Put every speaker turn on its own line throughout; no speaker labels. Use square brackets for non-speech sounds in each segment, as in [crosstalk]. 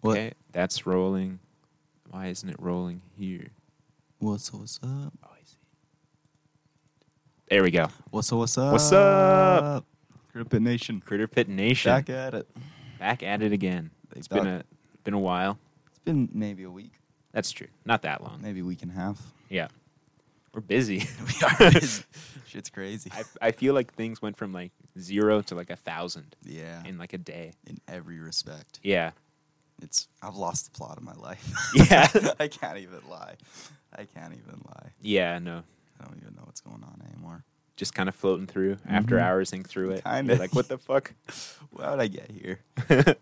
What?
Okay, that's rolling. Why isn't it rolling here?
What's what's up?
Oh, I see. There we go.
What's what's up?
What's up?
Crippin Nation.
Critter Pit Nation
Back
back,
at it.
at it again.
They
It's been a
dug.
been a while.
It's been maybe a week,
That's true. Not that long.
maybe a week and a half.
Yeah, we're busy.
[laughs] We are busy. [laughs] Shit's crazy.
I I feel like things went from like zero to like a thousand
yeah.
in like a day.
in every respect.
Yeah,
It's I've lost the plot of my life. [laughs]
Yeah.
I can't even lie. I can't even lie.
yeah. No,
I don't even know what's going on anymore.
just kind of floating through after
Mhm.
hoursing through it.
Kinda.
like what the
[laughs]
fuck.
Why would I get
[laughs]
here?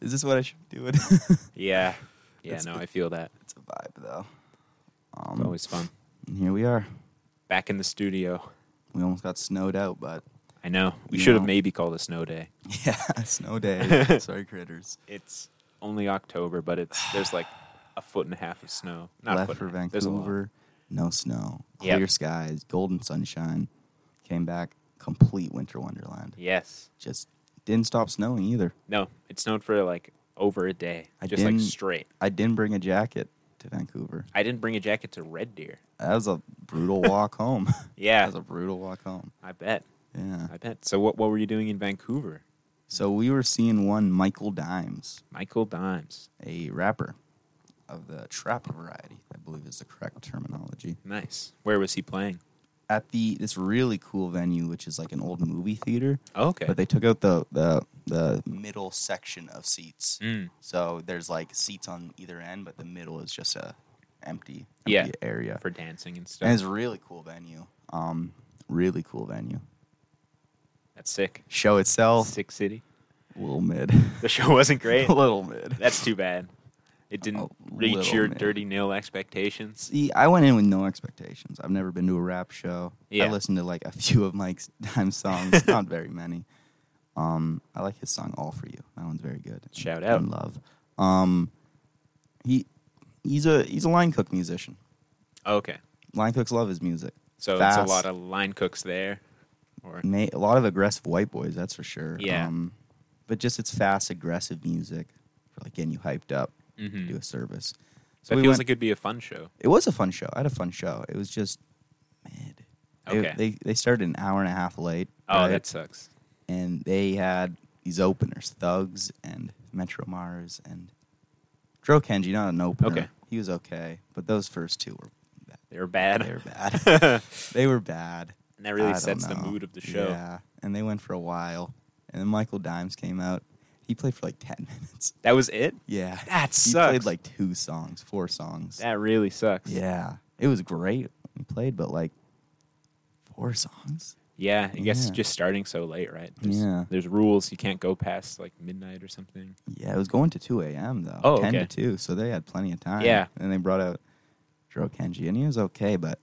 Is this what I should be doing? [laughs]
yeah, yeah.
It's-
no, I feel that.
It's a vibe though.
It's
Um,
always fun.
and here we are.
Back in the studio.
We almost got snowed out, but [laughs]
I know we
You
should have
know.
maybe called a snow day.
yeah, snow
[laughs]
day. Sorry, critters.
It's only October, but it's there's like a foot and a half of snow. Not a
Left
foot
for
and a half. There's a lot.
Vancouver, no snow,
Yep.
clear skies, golden sunshine. Came back, complete winter wonderland.
Yes.
Just didn't stop snowing either.
No, it snowed for like over a day.
I
just like
didn't-
straight.
I didn't bring a jacket to Vancouver.
I didn't bring a jacket to Red Deer.
That was a
[laughs]
brutal walk home. That
Yeah,
was a brutal walk home.
I bet.
Yeah.
I bet. So what what were you doing in Vancouver?
So we were seeing one Michael Dimes,
Michael Dimes.
a rapper of the trap variety, I believe is the correct terminology.
Nice. Where was he playing?
At the this really cool venue, which is like an old movie theater,
Oh, okay.
but they took out the the the middle section of seats.
Mm,
So there's like seats on either end, but the middle is just a empty, empty
Yeah.
area.
for dancing and stuff.
And it's a really cool venue. Um, really cool venue.
That's sick.
Show itself,
Sick city.
a little mid,
The show
[laughs]
wasn't great.
a little mid.
That's too bad. It didn't
A
reach
little
your
bit.
dirty nil expectations.
See, I went in with no expectations. I've never been to a rap show.
Yeah.
I listened to like a few of Mike's [laughs] Dime
[laughs]
songs, not very many. Um, I like his song "All for You." That one's very good.
Shout
And
out.
love. Um, he he's a he's a line cook musician.
Okay.
Line cooks love his music.
So
Fast.
it's a lot of line cooks there. Or
Ma- a lot of aggressive white boys, that's for sure.
Yeah.
Um, but just it's fast, aggressive music for like getting you hyped up
Mhm.
to do a service.
that
we
feels
went-
like it'd be a fun show.
it was a fun show. I had a fun show. It was just mid. They-
Okay.
They, they started an hour and a half late.
Oh,
right?
that sucks.
and they had these openers, Thugs and Metro Mars and Dro Kenji, not an opener.
Okay.
He was okay, but those first two were bad.
They were bad. [laughs]
They were bad. they were bad.
And that really
I don't
sets the
know.
mood of the show.
Yeah, and they went for a while, and then Michael Dimes came out. He played for like ten [laughs] minutes.
That was it?
Yeah,
That
he
sucks.
played like two songs, four songs.
That really sucks.
yeah, it was great. He played, but like four songs.
Yeah, I guess
Yeah.
just starting so late, right? There's,
Yeah.
There's rules. You can't go past like midnight or something.
Yeah, it was going to two a.m. though.
Oh,
ten
okay.
to two, so they had plenty of time.
Yeah.
and they brought out Dro Kenji, and he was okay, but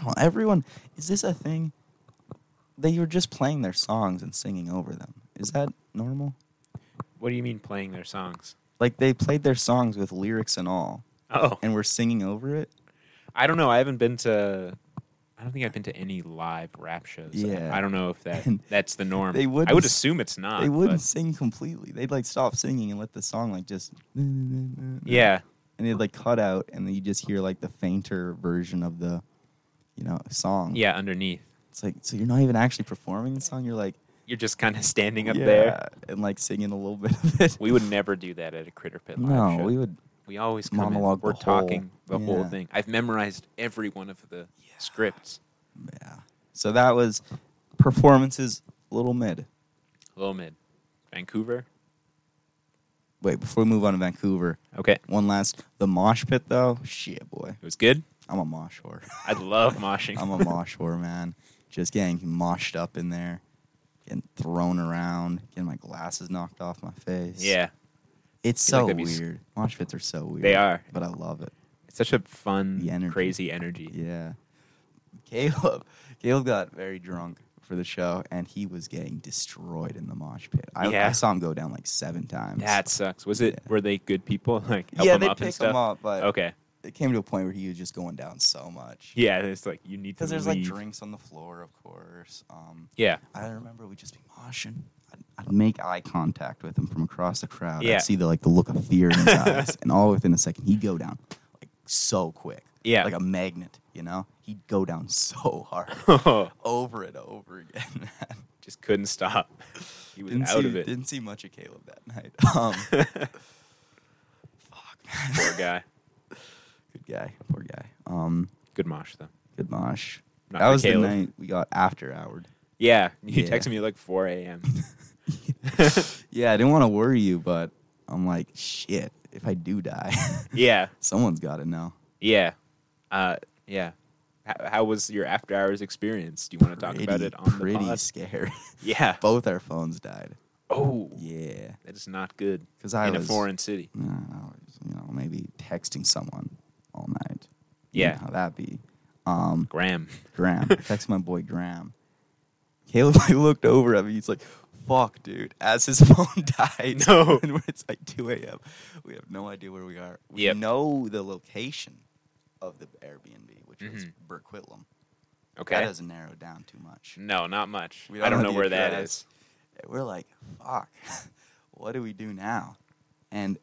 I don't. Everyone, is this a thing? They were just playing their songs and singing over them. Is that normal?
What do you mean playing their songs?
Like they played their songs with lyrics and all,
Oh,
and we're singing over it.
I don't know. I haven't been to. I don't think I've been to any live rap shows. I-
Yeah.
I, don't know if
[laughs]
that
And
that's the norm.
they
I would
wouldn't s-
assume it's not.
they
Ah, but-
wouldn't sing completely. They'd like stop singing and let the song like just
Yeah.
and they'd like cut out, and then you just hear like the fainter version of the you know song.
Yeah. Underneath,
it's like so you're not even actually performing the song. You're like
you're just kind of standing up
yeah,
there.
and like singing a little [laughs] bit of it.
We would never do that at a critter pit live
no,
show.
we would.
We always come in,
Monologue the
We're
whole-
talking the whole
yeah.
thing. I've memorized every one of the scripts.
Yeah. So that was performances. Little mid.
Little mid, Vancouver.
Wait, before we move on to Vancouver,
Okay, it
one last the mosh pit though. Shit, boy,
was good.
I'm a mosh whore. [laughs]
I love [laughs] moshing.
I'm a mosh whore, man. Just getting moshed up in there, getting thrown around, getting my glasses knocked off my face.
yeah,
It's
feel
so
like that'd be s-
weird. Mosh pits are so weird.
They are.
But I love it.
it's such a fun,
The energy.
crazy energy.
Yeah. Caleb. [laughs] Caleb got very drunk for the show and he was getting destroyed in the mosh pit. I,
Yeah.
I saw him go down like seven times.
That sucks. Was it?
Yeah.
Were they good people? [laughs] Like help
yeah,
him
they
up and
pick
stuff.
him up, but
Okay.
it came to a point where he was just going down so much.
Yeah, it's like you need to.
Because there's like
leave.
drinks on the floor, of course. Um,
Yeah,
I remember we'd just be moshing. I, I'd make eye contact with him from across the crowd.
Yeah.
I'd see the like the look of fear in
[laughs]
his eyes, and all within a second he'd go down like so quick.
Yeah.
like a magnet. You know, he'd go down so hard, [laughs] over and over again. [laughs] Man.
[laughs] Just couldn't stop. [laughs] He was
Didn't
out
see,
of it.
Didn't see much of Caleb that night. [laughs] Um,
Poor guy.
good guy, poor guy. Um,
Good mosh though.
good mosh.
Not
that
for
was
Caleb.
the night we got after Howard. [laughs]
Yeah, you
Yeah.
texted me at like
[laughs]
4 a.m.
Yeah, I didn't want to worry you, but I'm like, shit. If I do die, [laughs]
yeah,
someone's got to know.
yeah, uh, yeah. How, how was your after hours experience? Do you want to talk about
Pretty-
it on the
pretty
pod?
scary. [laughs]
Yeah.
Both our phones died.
Oh,
Yeah,
that is not good.
'Cause I
in a
was-
foreign city.
Uh, I was, you know, maybe texting someone all night. You
Yeah.
know how that be? Um,
Graham.
Graham. [laughs] Text my boy Graham. Caleb [laughs] like looked over at me. He's like, "Fuck, dude!" As his [laughs] phone died.
No.
[laughs] and it's like 2 a.m. We have no idea where we are. We
Yep.
know the location of the Airbnb, which is
Mhm.
Burquitlam. That
Okay.
doesn't narrow it down too much.
No, not much.
We
I
don't
don't
know
know
the
where that
address.
is.
We're like, "Fuck, [laughs] what do we do now?" And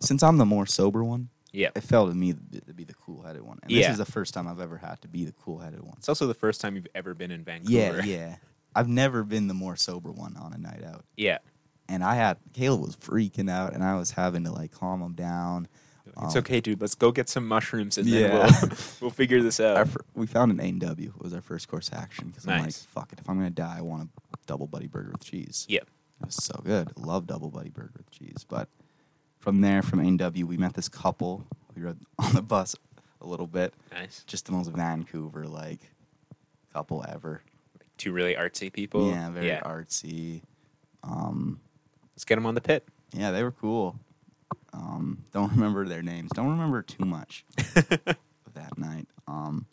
since I'm the more sober one,
Yeah.
it fell to me to be- to be the cool-headed one. And
Yeah.
this is the first time I've ever had to be the cool-headed one.
It's also the first time you've ever been in
Yeah,
Vancouver. [laughs]
yeah. I've never been the more sober one on a night out.
Yeah.
And I had Caleb was freaking out and I was having to like calm him down.
It's
Um,
okay, dude. Let's go get some mushrooms and
Yeah.
then we'll, [laughs] we'll figure this
Our
out.
fir- we found an A&W was our first course of action because I'm like,
Nice.
fuck it. If I'm going to die, I want a double buddy burger with cheese.
Yeah.
It was so good. Love double buddy burger with cheese. But from there, from A&W, we met this couple. We rode [laughs] on the bus a little bit.
Nice.
Just the most Vancouver like couple ever.
Two really artsy people.
yeah, very artsy. Um,
Let's get them on the pit.
Yeah, they were cool. Um, don't remember their names. Don't remember too much of that night. Um,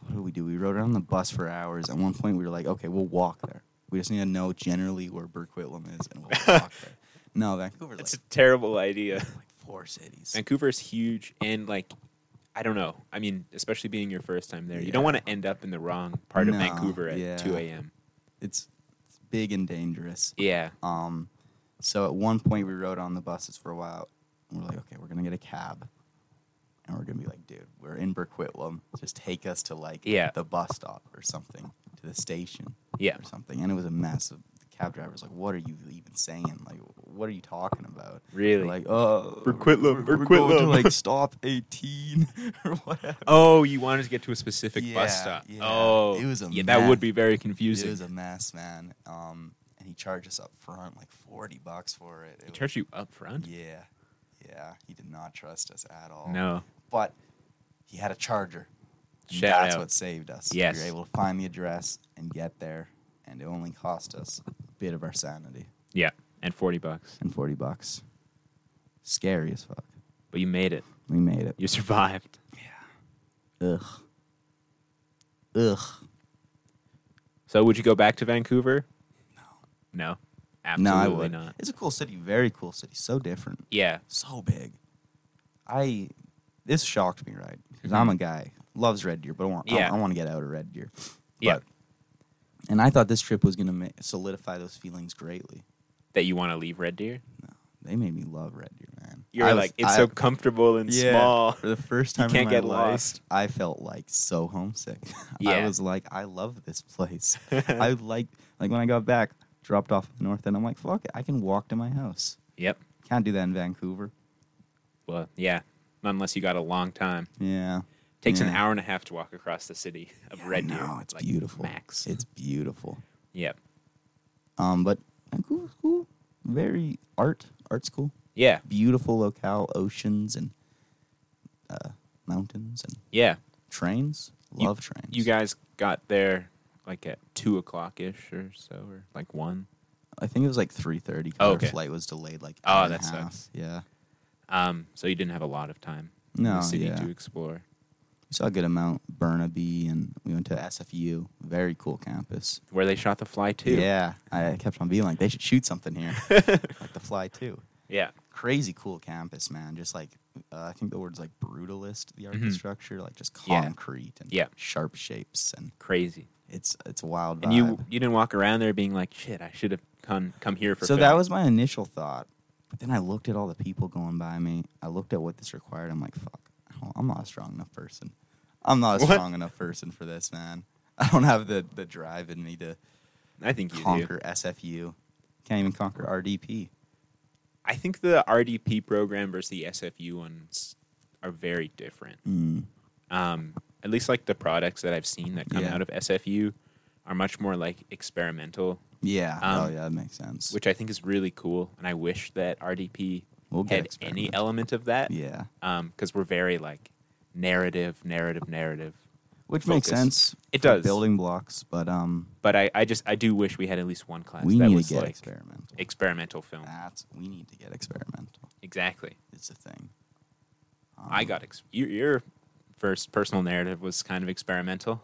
what did we do? We rode around the bus for hours. At one point, we were like, okay, we'll walk there. We just need to know generally where Burquitlam is, and we'll walk there. No, Vancouver, like,
That's a terrible idea.
like four cities.
Vancouver's huge, and like, I don't know. I mean, especially being your first time there, you don't
Yeah.
want to end up in the wrong part
No,
of Vancouver at
yeah.
2 a.m.
It's, it's big and dangerous.
Yeah.
Um, so at one point we rode on the buses for a while. And we're like, okay, we're gonna get a cab, and we're gonna be like, dude, we're in Burquitlam. Just take us to like
Yeah.
the bus stop or something to the station
Yeah.
or something. And it was a mess. The cab driver's like, what are you even saying? Like, what are you talking about?
Really?
We're like, oh,
Burquitlam,
we're, we're going to
Burquitlam." [laughs]
like stop eighteen [laughs] or whatever.
oh, you wanted to get to a specific bus
Yeah,
stop.
yeah.
Oh,
It was a
yeah. That would
mess.
be very
It
confusing.
was a mess, man. Um, and he charged us up front like forty bucks for it. It
They
was-
charge you up front?
Yeah, yeah. He did not trust us at all.
No.
but he had a charger. And
Shout
that's
out.
what saved us.
Yes.
we were able to find the address and get there, and it only cost us a bit of our sanity
Yeah, and forty bucks.
and forty bucks. Scary as fuck.
But you made it.
We made it.
You survived.
Ugh. Ugh.
So would you go back to Vancouver? No. No.
no, I
Absolutely
would
not.
It's a cool city. Very cool city. So different.
Yeah.
so big. I this shocked me, right? Because I'm a guy loves Red Deer, but I want
Mm-hmm. Yeah.
I, want to get out of Red Deer.
Yeah.
But- and I thought this trip was going to ma- solidify those feelings greatly.
That you want to leave Red Deer?
They made me love Red Deer, man.
You're
I was-
like, it's
I-
so comfortable and
yeah,
small.
For the
[laughs]
first time in
can't
my
get
life,
lost.
I felt like so homesick. [laughs] I
Yeah.
was like, I love this
[laughs]
place. I like like when I got back, dropped off at the north end. I'm like, fuck it, I can walk to my house.
Yep.
Can't do that in Vancouver.
Well, yeah. Not unless you got a long time.
Yeah.
Takes an
Yeah.
hour and a half to walk across the city of
Yeah,
Red
I
Deer.
know, it's
like,
beautiful.
Max.
It's beautiful.
Yep.
Um, but Vancouver's cool. Very art, art school.
Yeah.
Beautiful locale, oceans and uh, mountains and
Yeah.
trains.
You-
Love trains.
You guys got there like at two o'clock ish or so, or like one.
I think it was like three thirty.
Oh,
Our
okay.
flight was delayed. Like
Oh,
hour and a
that
half.
sucks.
Yeah,
Um, so you didn't have a lot of time in
No,
the city
yeah.
to explore.
we saw a good amount. Burnaby and we went to SFU. Very cool campus.
Where they shot the fly too.
Yeah, I kept on being like, they should shoot something
[laughs]
here, like the fly too.
Yeah.
crazy cool campus, man. Just like uh, I think the word's like brutalist, the architecture, like just
Mm-hmm. Yeah.
concrete and
Yeah.
sharp shapes, and
Crazy.
it's it's a wild vibe.
And you you didn't walk around there being like, shit, I should have come come here for.
so
film.
that was my initial thought. But then I looked at all the people going by me. I looked at what this required. I'm like, fuck, I don't- I'm not a strong enough person. I'm not a
What?
strong enough person for this, man. I don't have the, the drive in me to
I think you do.
conquer SFU. Can't even conquer RDP.
I think the RDP program versus the SFU ones are very different.
Mm.
Um, at least like the products that I've seen that come
Yeah.
out of SFU are much more like experimental,
Yeah.
Um,
oh, yeah, that makes sense.
which I think is really cool. And I wish that RDP
We'll
had any
experimental.
element of that.
Yeah.
because we're very like narrative, narrative, narrative.
Which makes
Focus.
sense.
It
for
does.
Building blocks, but um,
But I, I just I do wish we had at least one class
we
that
need
was
to get
like
experimental.
experimental film.
That's we need to get experimental.
Exactly.
It's a thing. Um,
I got ex- your, your first personal narrative was kind of experimental.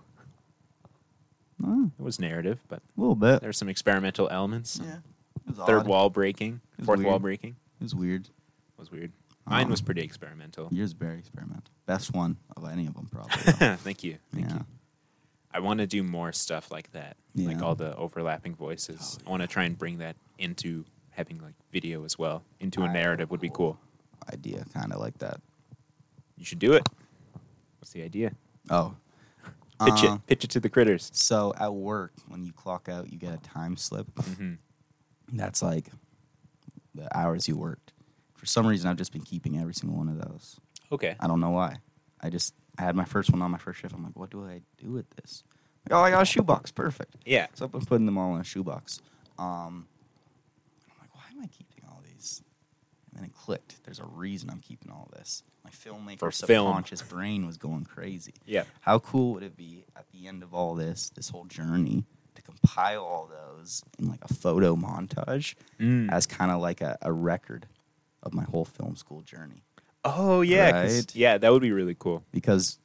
uh,
It was narrative, but
a little bit.
there's some experimental elements.
Yeah. It was
Third
odd.
wall breaking,
It was
fourth wall
weird.
breaking
It was weird.
was weird. Mine was
Um,
pretty experimental.
Yours very experimental. Best one of any of them, probably. though.
thank you, [laughs] thank
yeah.
you. I want to do more stuff like that, like
Yeah.
all the overlapping voices.
Oh,
I want to try and bring that into having like video as well into a
Oh,
narrative would be cool.
Idea kind of like that.
You should do it. What's the idea?
Oh.
Pitch
Uh,
it. Pitch it to the critters.
So at work, when you clock out, you get a time slip.
hmm
That's like the hours you worked. For some reason, I've just been keeping every single one of those.
Okay.
I don't know why. I just I had my first one on my first shift. I'm like, what do I do with this? Like, oh, I got a shoebox. Perfect.
Yeah.
So I've been putting them all in a shoebox. Um, I'm like, why am I keeping all these? And then it clicked. There's a reason I'm keeping all this. My filmmaker
For film.
subconscious brain was going crazy.
Yeah.
How cool would it be at the end of all this, this whole journey, to compile all those in like a photo montage
Mm.
as kind of like a, a record of my whole film school journey?
Oh yeah. 'cause-
Right.
Yeah, that would be really cool.
because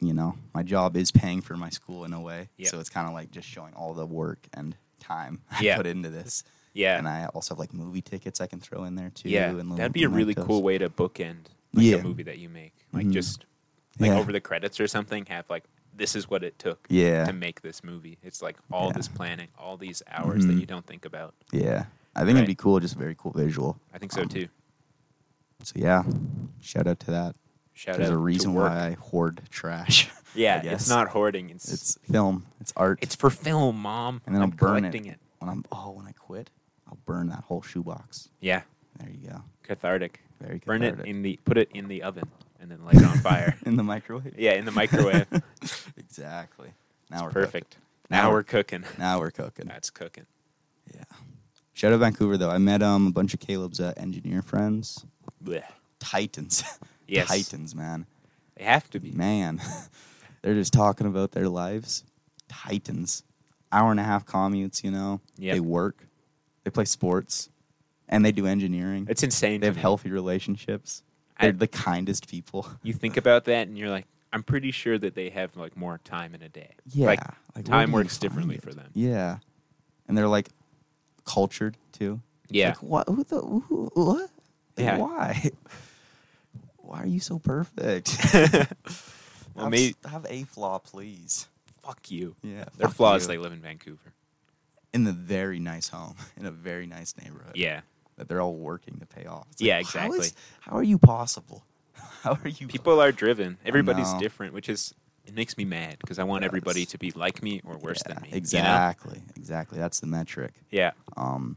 you know my job is paying for my school in a way
Yeah.
so it's kind of like just showing all the work and time [laughs] i
Yeah.
put into this
Yeah.
and i also have like movie tickets i can throw in there too
yeah.
and little
That'd be a really
mementos.
cool way to bookend like
Yeah.
a movie that you make. Like
Mhm.
just like
Yeah.
over the credits or something. Have like this is what it took
yeah
to make this movie. It's like all
Yeah.
this planning, all these hours that
Mhm.
you don't think about.
yeah i think
Right.
it'd be cool just a very cool visual
I think so
Um,
too.
so yeah shout out to that
Shout
there's
out
a reason
to work.
why i hoard trash [laughs]
Yeah, it's
guess.
not hoarding. It's it's,
it's film it's art
for film, mom.
and then
I'm
i'll burn it,
collecting it.
when i'm oh when i quit i'll burn that whole shoebox
Yeah,
there you go
cathartic.
very
Burn it
cathartic.
in the put it in the oven and then light it on
[laughs]
fire.
in the microwave
Yeah, in the
[laughs]
microwave.
Exactly. Now
It's
we're
perfect.
Now
Now,
we're-
we're cooking.
Cooking. Now we're cooking.
That's cooking.
Yeah. Shout out Vancouver though. I met um a bunch of Caleb's uh, engineer friends.
Blech.
Titans. [laughs]
Yes.
Titans, man.
They have to be.
Man. [laughs] They're just talking about their lives. Titans. Hour and a half commutes, you know.
Yep.
They work. They play sports. And they do engineering.
It's insane.
they
to
have
me.
healthy relationships.
I-
They're the kindest people.
You think about that and you're like, I'm pretty sure that they have like more time in a day.
Yeah.
Like,
where
time
do you
works
find
differently
it?
for them.
Yeah. And they're like cultured too.
Yeah.
Like, what? Who the? Who, what? Like,
Yeah.
Why? [laughs] Why are you so perfect?
[laughs] well,
have,
maybe
s- have a flaw, plew.
fuck you.
Yeah.
Their
fuck
flaws.
you.
They live in Vancouver.
in the very nice home [laughs] in a very nice neighborhood.
Yeah.
That they're all working to pay off. It's
Yeah,
how is-
exactly.
How, are you possible? [laughs] How are you?
People are driven. Everybody's
know.
different, which is it makes me mad because I want
does.
everybody to be like me or worse
Yeah,
than me. you know?
Exactly. Exactly. That's the metric.
Yeah.
Um,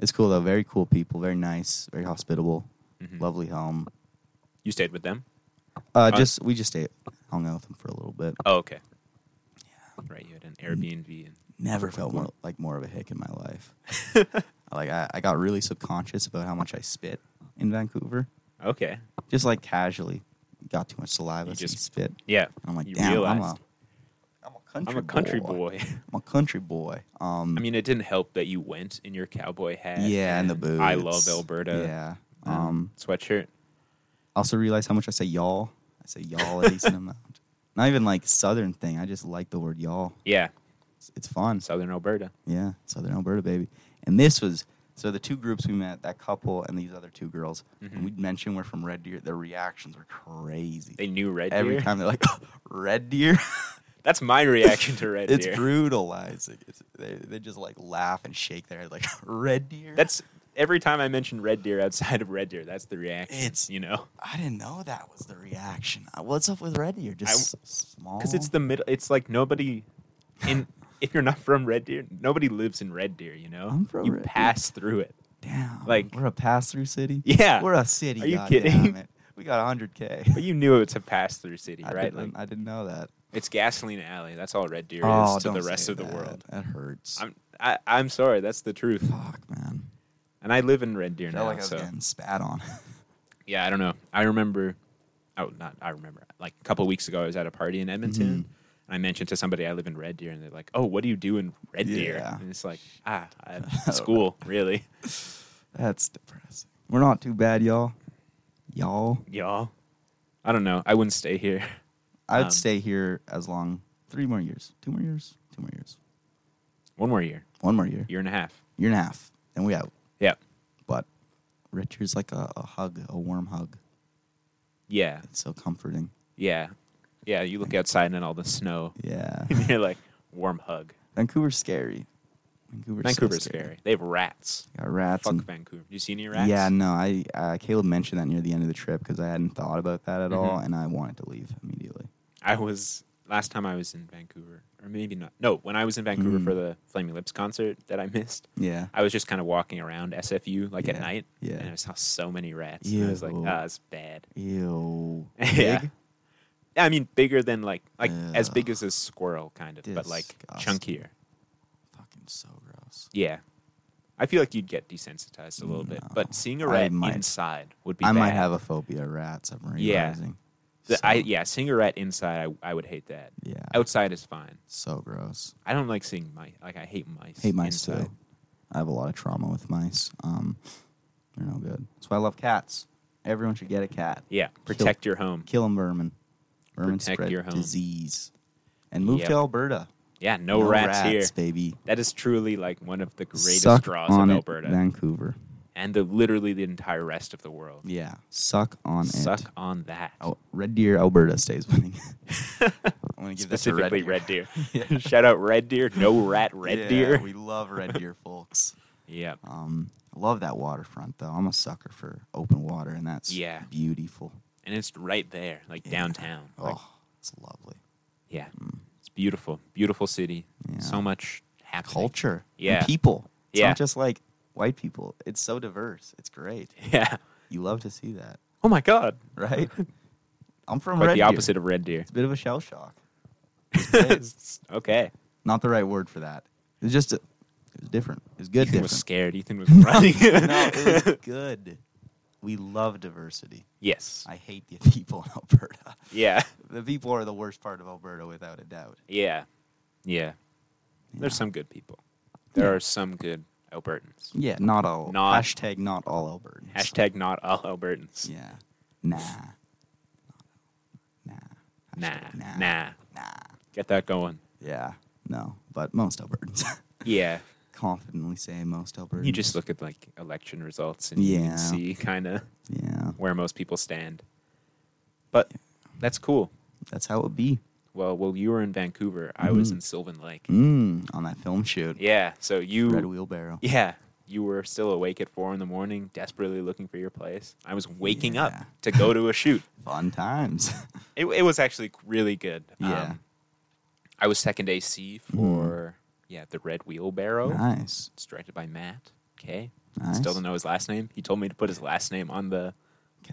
it's cool though. Very cool people. Very nice. Very hospitable.
Mhm.
Lovely home.
You stayed with them?
Uh,
Uh,
just we just stayed, hung out with them for a little bit.
Oh, okay. Yeah. Right. You had an Airbnb and
never felt more, like more of a hick in my life.
[laughs]
like I, I got really subconscious about how much I spit in Vancouver.
okay.
Just like casually, got too much saliva,
You
so you
just-
spit.
Yeah.
And I'm like,
you
damn, I'm a,
realized.
I'm a country,
I'm a country boy.
I'm a country boy. Um,
I mean, it didn't help that you went in your cowboy hat.
yeah, and the boots.
I love Alberta.
Yeah.
Um,
Um,
sweatshirt.
I also realized how much I say y'all. I say y'all a
[laughs]
decent amount. Not even like southern thing. I just like the word y'all.
Yeah,
It's, it's fun.
Southern Alberta.
Yeah, Southern Alberta, baby. And this was so the two groups we met, that couple and these other two girls.
Mhm.
When we'd mention we're from Red Deer, their reactions were crazy.
They knew Red
Every
Deer.
time they're like, "Oh, "Red Deer,"
[laughs] That's my [laughs] reaction to
[laughs]
Red
it's
Deer.
brutal, Isaac. It's, they, they just like laugh and shake their head like [laughs] Red Deer.
That's every time I mention Red Deer outside of Red Deer, that's the reaction.
It's-
you know
I didn't know that was the reaction. Uh, What's up with Red Deer? Just
I-
s- small.
because it's the middle. It's like nobody
[laughs]
in if you're not from Red Deer, nobody lives in Red Deer. You know,
I'm from
you
Red Deer.
pass through it.
damn.
like-
we're a pass through city.
Yeah.
we're a city.
Are you
God
kidding?
damn it. We got 100k.
But you knew it's a pass through city,
I
right? Like
Didn't, I didn't know that.
it's gasoline alley. That's all Red Deer is to the
Oh, don't
rest
say
of the
that.
world.
That hurts.
I'm I, I'm sorry, that's the truth.
Fuck, man.
And I live in Red Deer
I
now,
felt like I was
so
getting spat
[laughs]
on.
yeah, I don't know. I remember, oh, not I remember. Like a couple weeks ago, I was at a party in
Mm-hmm.
Edmonton, and I mentioned to somebody I live in Red Deer, and they're like, "Oh, what do you do in Red Deer?"
Yeah.
And it's like, ah, I,
[laughs]
school, really,
That's depressing. We're not too bad, y'all. Y'all.
y'all. I don't know. I wouldn't stay here. [laughs]
I'd
Um,
stay here as long three more years, two more years, two more years,
One more year,
one more year,
year and a half.
year and a half, and we out.
Yeah,
But Richard's like a, a hug, a warm hug.
yeah,
It's so comforting.
yeah, yeah. You look outside and all the snow, [laughs]
Yeah,
and you're like, warm hug.
Vancouver's scary. Vancouver's, so
Vancouver's scary. They have rats.
Got rats.
Fuck
and-
Vancouver. You see any rats?
Yeah, no. I uh, Caleb mentioned that near the end of the trip because I hadn't thought about that at all,
Mhm.
and I wanted to leave immediately.
I was last time I was in Vancouver, or maybe not. No, when I was in Vancouver
Mm.
for the Flaming Lips concert that I missed,
Yeah.
I was just kind of walking around SFU like
Yeah,
at night,
yeah.
and I saw so many rats. And I was like,
Ew.
ah, it's bad.
Ew.
[laughs] yeah.
Big?
Yeah, I mean, bigger than like like as big
Ugh.
as a squirrel, kind of, but like
Disgusting.
chunkier.
Fucking so gross.
Yeah. I feel like you'd get desensitized a little bit,
No.
but seeing a
I
rat
might-
inside would be.
I might
bad.
have a phobia of rats. I'm realizing.
Yeah. The- I,
So-
yeah, seeing a rat inside, I, I would hate that.
Yeah.
Outside is fine.
so gross.
I don't like seeing mice. Like I hate mice.
Hate mice
inside.
too. I have a lot of trauma with mice. Um, they're no good. That's why I love cats. Everyone should get a cat.
Yeah, protect your home.
Kill them, vermin. Vermin
Protect
spread
your home.
disease. And move
Yep.
to Alberta.
Yeah, no, rats, here.
baby.
That is truly like one of the greatest
Suck
draws
on
of
it,
Alberta
Vancouver.
and the literally the entire rest of the world.
Yeah. Suck on
Suck
it.
on that.
Oh, Red Deer, Alberta stays
[laughs]
winning. I'm gonna give that to
Specifically Red Deer. [laughs]
[laughs] Yeah.
Shout out Red Deer. No
[laughs]
rat Red
Yeah,
Deer.
We love Red Deer, folks.
yeah.
Um, I love that waterfront though. I'm a sucker for open water, and that's
Yeah.
beautiful.
And it's right there, like
Yeah.
downtown.
Oh,
Like,
it's lovely.
Yeah. It's beautiful. Beautiful city.
Yeah.
So much happening.
Culture, and
Yeah.
people. It's
Yeah.
not just like white people. It's so diverse. It's great.
[laughs] Yeah.
You love to see that,
Oh my god. [laughs]
right? I'm from
Quite
Oh, Red
the
Deer.
opposite of Red Deer.
It's a bit of a shell shock.
[laughs] okay.
Not the right word for that. It's just a, it was different. It was good.
Ethan
different.
was scared. Ethan was running.
[laughs] no, it [laughs] was good. We love diversity.
[laughs] yes.
I hate the people in [laughs] Alberta.
Yeah.
The people are the worst part of Alberta, without a doubt.
Yeah. Yeah. There's
Yeah.
some good people. There are some good Albertans.
Yeah, not all.
Not-
hashtag not all Albertans.
Hashtag not all Albertans.
Yeah. Nah. Nah.
Nah,
Hashtag
nah.
Nah.
Get that going.
Yeah. No, but most Albertans. [laughs]
Yeah.
Confidently say most Albertans.
You just look at like election results and you
Yeah.
can see kind of
Yeah.
where most people stand. But that's cool.
That's how it would be.
Well, well, you were in Vancouver. I was
Mhm.
in Sylvan Lake.
Mm, on that film shoot.
Yeah. So you,
Red wheelbarrow.
yeah, you were still awake at four in the morning, desperately looking for your place. I was waking up
Yeah.
to go to a shoot.
Fun times. [laughs]
It, it was actually really good. Um,
Yeah.
I was second AC for yeah the Red Wheelbarrow.
nice.
It's directed by Matt. Okay,
Nice.
still don't know his last name. He told me to put his last name on the.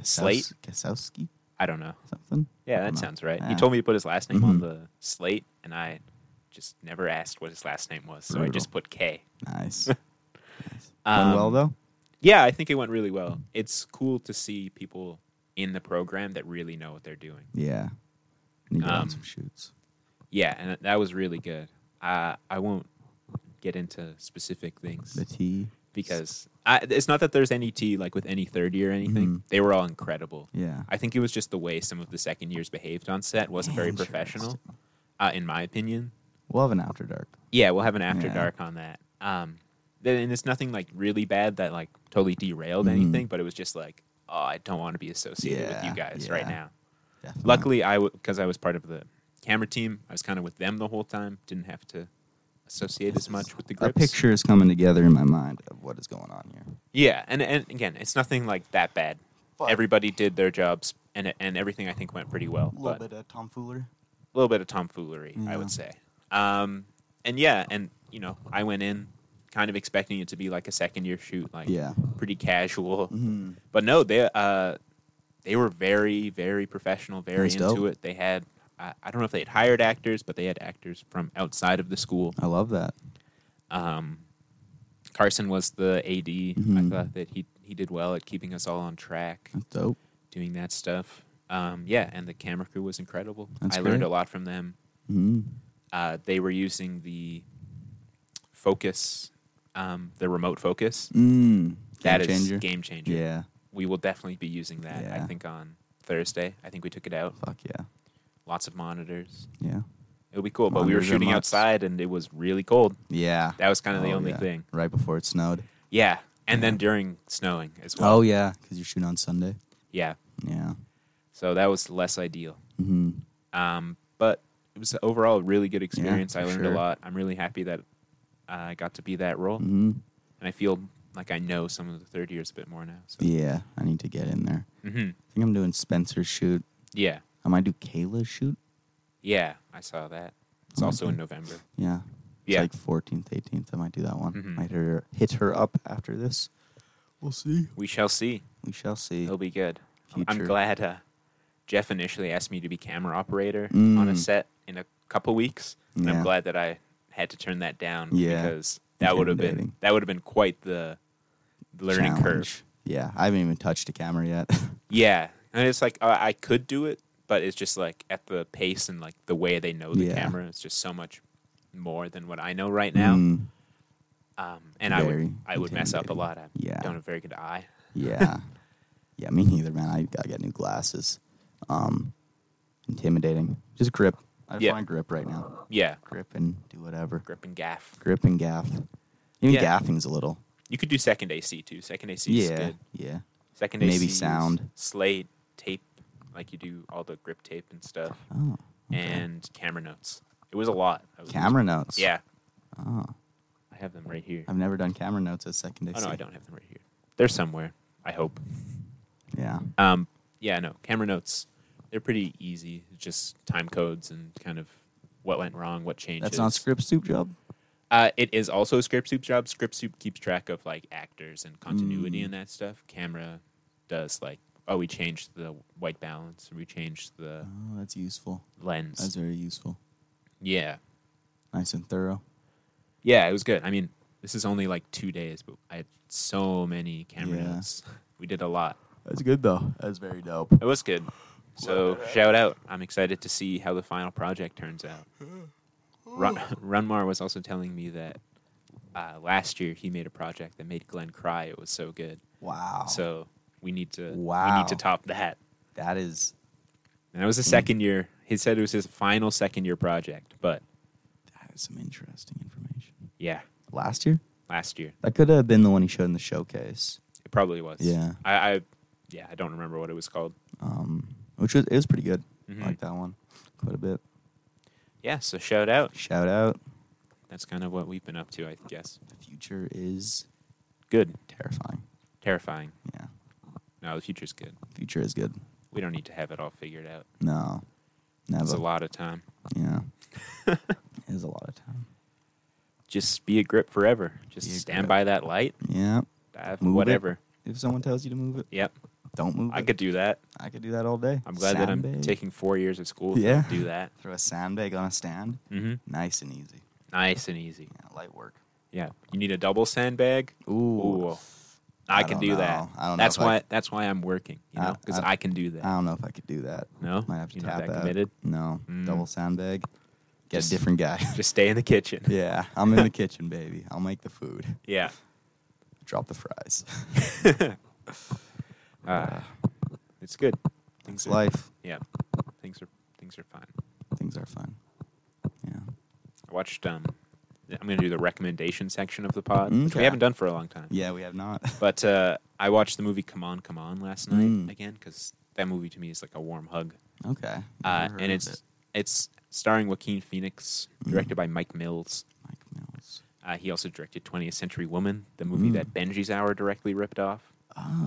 Slate?
Kasaus- Kasowski?
I don't know.
Something? I
Yeah,
don't
that
know. Ah,
sounds right. He
Yeah.
told me to put his last name on
Mhm.
the slate, and I just never asked what his last name was, so I
Brutal.
just put K. [laughs]
Nice. nice.
Um,
Went well, though?
Yeah, I think it went really well. It's cool to see people in the program that really know what they're doing.
Yeah. Need to run
um,
some shoots.
Yeah, and that was really good. Uh, I won't get into specific things.
The tea.
because I, it's not that there's any tea like with any third year or anything.
Mhm.
They were all incredible.
Yeah.
I think it was just the way some of the second years behaved on set wasn't very professional,
Interesting.
uh, in my opinion.
We'll have an after dark.
Yeah, we'll have an after
Yeah.
dark on that. Um, then- and it's nothing like really bad that like totally derailed
Mhm.
anything, but it was just like, oh, I don't want to be associated with
Yeah, Mm-hmm.
you guys right
yeah.
now.
Definitely.
Luckily, I because I was part of the camera team. I was kind of with them the whole time. Didn't have to associate as much with the
A
grips.
picture is coming together in my mind of what is going on here.
Yeah, and and again, it's nothing like that bad.
But-
Everybody did their jobs, and and everything I think went pretty well.
A little
but-
bit of tomfoolery.
a little bit of tomfoolery, I
Yeah.
would say. Um, and yeah, and you know, I went in kind of expecting it to be like a second year shoot, like
Yeah.
pretty casual.
Mhm.
But no, they uh, they were very, very professional, very
That's
into
dope.
it. They had I, I don't know if they had hired actors, but they had actors from outside of the school.
I love that.
Um, Carson was the AD. I
Mhm.
thought that he he did well at keeping us all on track,
That's dope.
doing that stuff. Um, yeah, and the camera crew was incredible.
That's
I learned
great.
a lot from them
Mhm.
uh, they were using the focus, um, the remote focus.
Mm.
That
Game
is
changer.
game changer.
Yeah.
We will definitely be using that. I
Yeah.
think on Thursday. I think we took it out.
Fuck yeah.
Lots of monitors.
Yeah.
It'll be cool. But we were
Monitors are
shooting
must.
outside, and it was really cold.
Yeah.
That was kind of the
Oh,
only
yeah.
thing.
Right before it snowed.
Yeah, and then
Yeah.
during snowing as well.
Oh yeah, because you're shooting on Sunday.
yeah.
Yeah.
So that was less ideal.
hmm
Um, but it was overall a really good experience. I
for
learned a
sure.
lot. I'm really happy that I got to be that role.
hmm
and I feel like I know some of the third years a bit more now. So.
Yeah, I need to get in there.
hmm
I think I'm doing Spencer's shoot.
yeah,
I might do Kayla's shoot.
yeah, I saw that. It's
Oh,
also in
okay.
November.
Yeah. It's
Yeah.
like 14th, 18th. I might do that one.
Mhm.
Might hit her, hit her up after this. We'll see.
We shall see.
We shall see.
It'll be good. I'm- I'm
Future.
glad uh, Jeff initially asked me to be camera operator on a
Mm.
set in a couple weeks, and I'm
Yeah.
glad that I had to turn that down
Yeah.
because that would have been
Intimidating.
that would have been quite the learning curve.
Challenge. Yeah, I haven't even touched a camera yet.
Yeah, and it's like uh, I could do it, but it's just like at the pace and like the way they know the
Yeah.
camera, it's just so much more than what I know right [laughs] now.
Mm,
Um, and I would
Very
I would mess up a
intimidating.
lot. I
Yeah.
don't have very good eye.
yeah. yeah, me neither, man. I got to get new glasses. Um, intimidating. Just grip. I just
Yeah.
want grip right now.
Yeah,
Grip and do whatever. Grip,
grip and gaff.
and gaff. Even
Yeah.
gaffing's a little.
You could do second AC too. Second AC is
yeah,
good.
yeah.
Second
Maybe
AC is
sound.
slate tape, like you do all the grip tape and stuff,
Oh,
and camera notes. It was a lot. I was-
camera notes.
Yeah,
Oh,
I have them right here.
I've never done camera notes as second
Oh
AC.
no, I don't have them right here. They're somewhere. I hope.
Yeah.
Um, yeah, no, camera notes. They're pretty easy. Just time codes and kind of what went wrong, what changed.
That's not script soup job.
Uh, it is also a script soup job. Script soup keeps track of like actors and continuity
Mm.
and that stuff. Camera does like, oh, we changed the white balance, we changed the
Oh, that's useful.
lens.
That's very useful.
yeah,
Nice and thorough.
yeah, it was good. I mean, this is only like two days, but I had so many camera
Yeah.
notes. [laughs] We did a lot.
That's good though. That's very dope.
It was good. So shout out! I'm excited to see how the final project turns out. Run- [laughs] Runmar was also telling me that uh, last year he made a project that made Glenn cry. It was so good.
Wow.
So we need to we
Oh. Wow.
need to top that.
that is
And that was the second year. He said it was his final second year project, but
that is some interesting information.
yeah,
Last year,
last year
that could have been the one he showed in the showcase.
it probably was.
Yeah.
I, I yeah, I don't remember what it was called.
Um, which was it was pretty good. I
Mhm.
Like that one quite a bit.
Yeah, so shout out.
Shout out.
That's kind of what we've been up to, I guess.
The future is
Good,
terrifying.
terrifying.
Yeah,
No, the future's good.
future is good.
We don't need to have it all figured out.
No, never.
It's a lot of time. [laughs]
Yeah, it is a lot of time.
Just be a grip forever. Just
Be a
stand
grip.
by that light.
Yeah.
Dive,
Move it.
whatever.
If someone tells you to move it,
Yep.
don't move
I
it.
could do that.
I could do that all day.
I'm glad that I'm
Sandbag.
taking four years of school to
Yeah.
do that.
Throw a sandbag on a stand.
Mm-hmm.
Nice and easy.
Nice and easy.
Yeah, light work.
Yeah, you need a double sandbag.
Ooh.
Ooh, I,
I
can
don't
do that.
know. I don't know
that's
if I
why.
c-
That's why I'm working. You
I-
know, because I,
I-
can do that.
I don't know if I could do that.
no,
Might have to
you're
tap
not that
out.
committed.
No,
Mm.
double sandbag. Get
Just-
a different guy.
[laughs] Just stay in the kitchen.
[laughs] yeah, I'm in the kitchen, baby. I'll make the food.
Yeah.
Drop the fries.
Uh, it's good.
It's
[laughs] Things are,
life.
Yeah. Things are things are fine.
Things are fun. Yeah.
I watched. Um, I'm gonna do the recommendation section of the pod, which we
Okay.
haven't done for a long time.
Yeah, we have not. [laughs]
But uh, I watched the movie Come On, Come On last night
Mm.
again because that movie to me is like a warm hug.
okay.
uh,
Never heard
and
of
it's
it.
it's starring Joaquin Phoenix,
Mm.
directed by Mike Mills.
Mike Mills.
Uh, he also directed 20th Century Woman, the movie
Mm.
that Benji's Hour directly ripped off,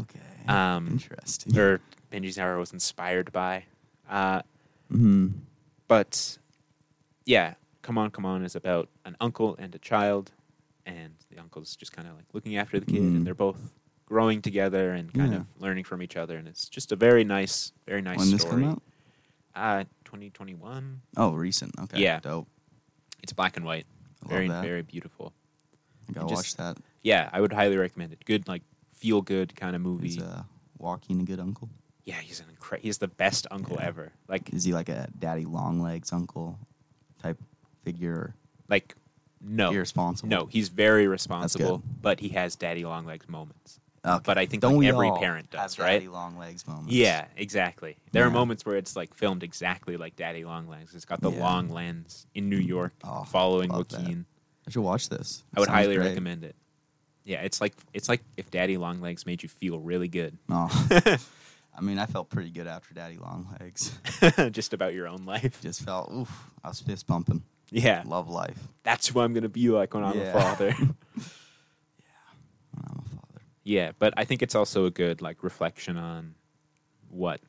okay.
Um,
Interesting.
or Benji's Hour was inspired by. Uh,
Mhm.
but yeah, Come On, Come On is about an uncle and a child, and the uncle's just kind of like looking after the kid,
Mm.
and they're both growing together and kind
Yeah.
of learning from each other, and it's just a very nice, very nice
When
story.
this come out?
Uh, 2021.
Oh, recent. Okay.
Yeah.
Dope.
It's black and white.
I
Very,
love that.
very beautiful.
I gotta
it
watch
just-
that.
Yeah, I would highly recommend it. Good, like feel good kind of
Is
movie.
uh, Walking a good uncle?
yeah, he's an incre- he's the best uncle
Yeah.
ever. Like
Is he like a daddy long legs uncle type figure?
like no.
Irresponsible.
No, he's very responsible, but he has daddy long legs moments.
Okay.
But I think
Don't
like
we
every
all
parent does,
have
right?
Daddy long legs moments.
Yeah, exactly. There are
Yeah.
moments where it's like filmed exactly like Daddy Long Legs. It's got the
Yeah.
long lens in New York,
Oh,
following
love that.
Joaquin.
I should watch this.
I would
Sounds
highly
great.
recommend it. Yeah, it's like it's like if Daddy Long Legs made you feel really good, [laughs]
No. [laughs] I mean, I felt pretty good after Daddy Long Legs.
just about your own life. [laughs]
Just felt, oof, I was fist bumping.
Yeah,
Love life
that's what I'm gonna be like when I'm
Yeah.
a father.
[laughs] when I'm a father.
yeah, but I think it's also a good like reflection on what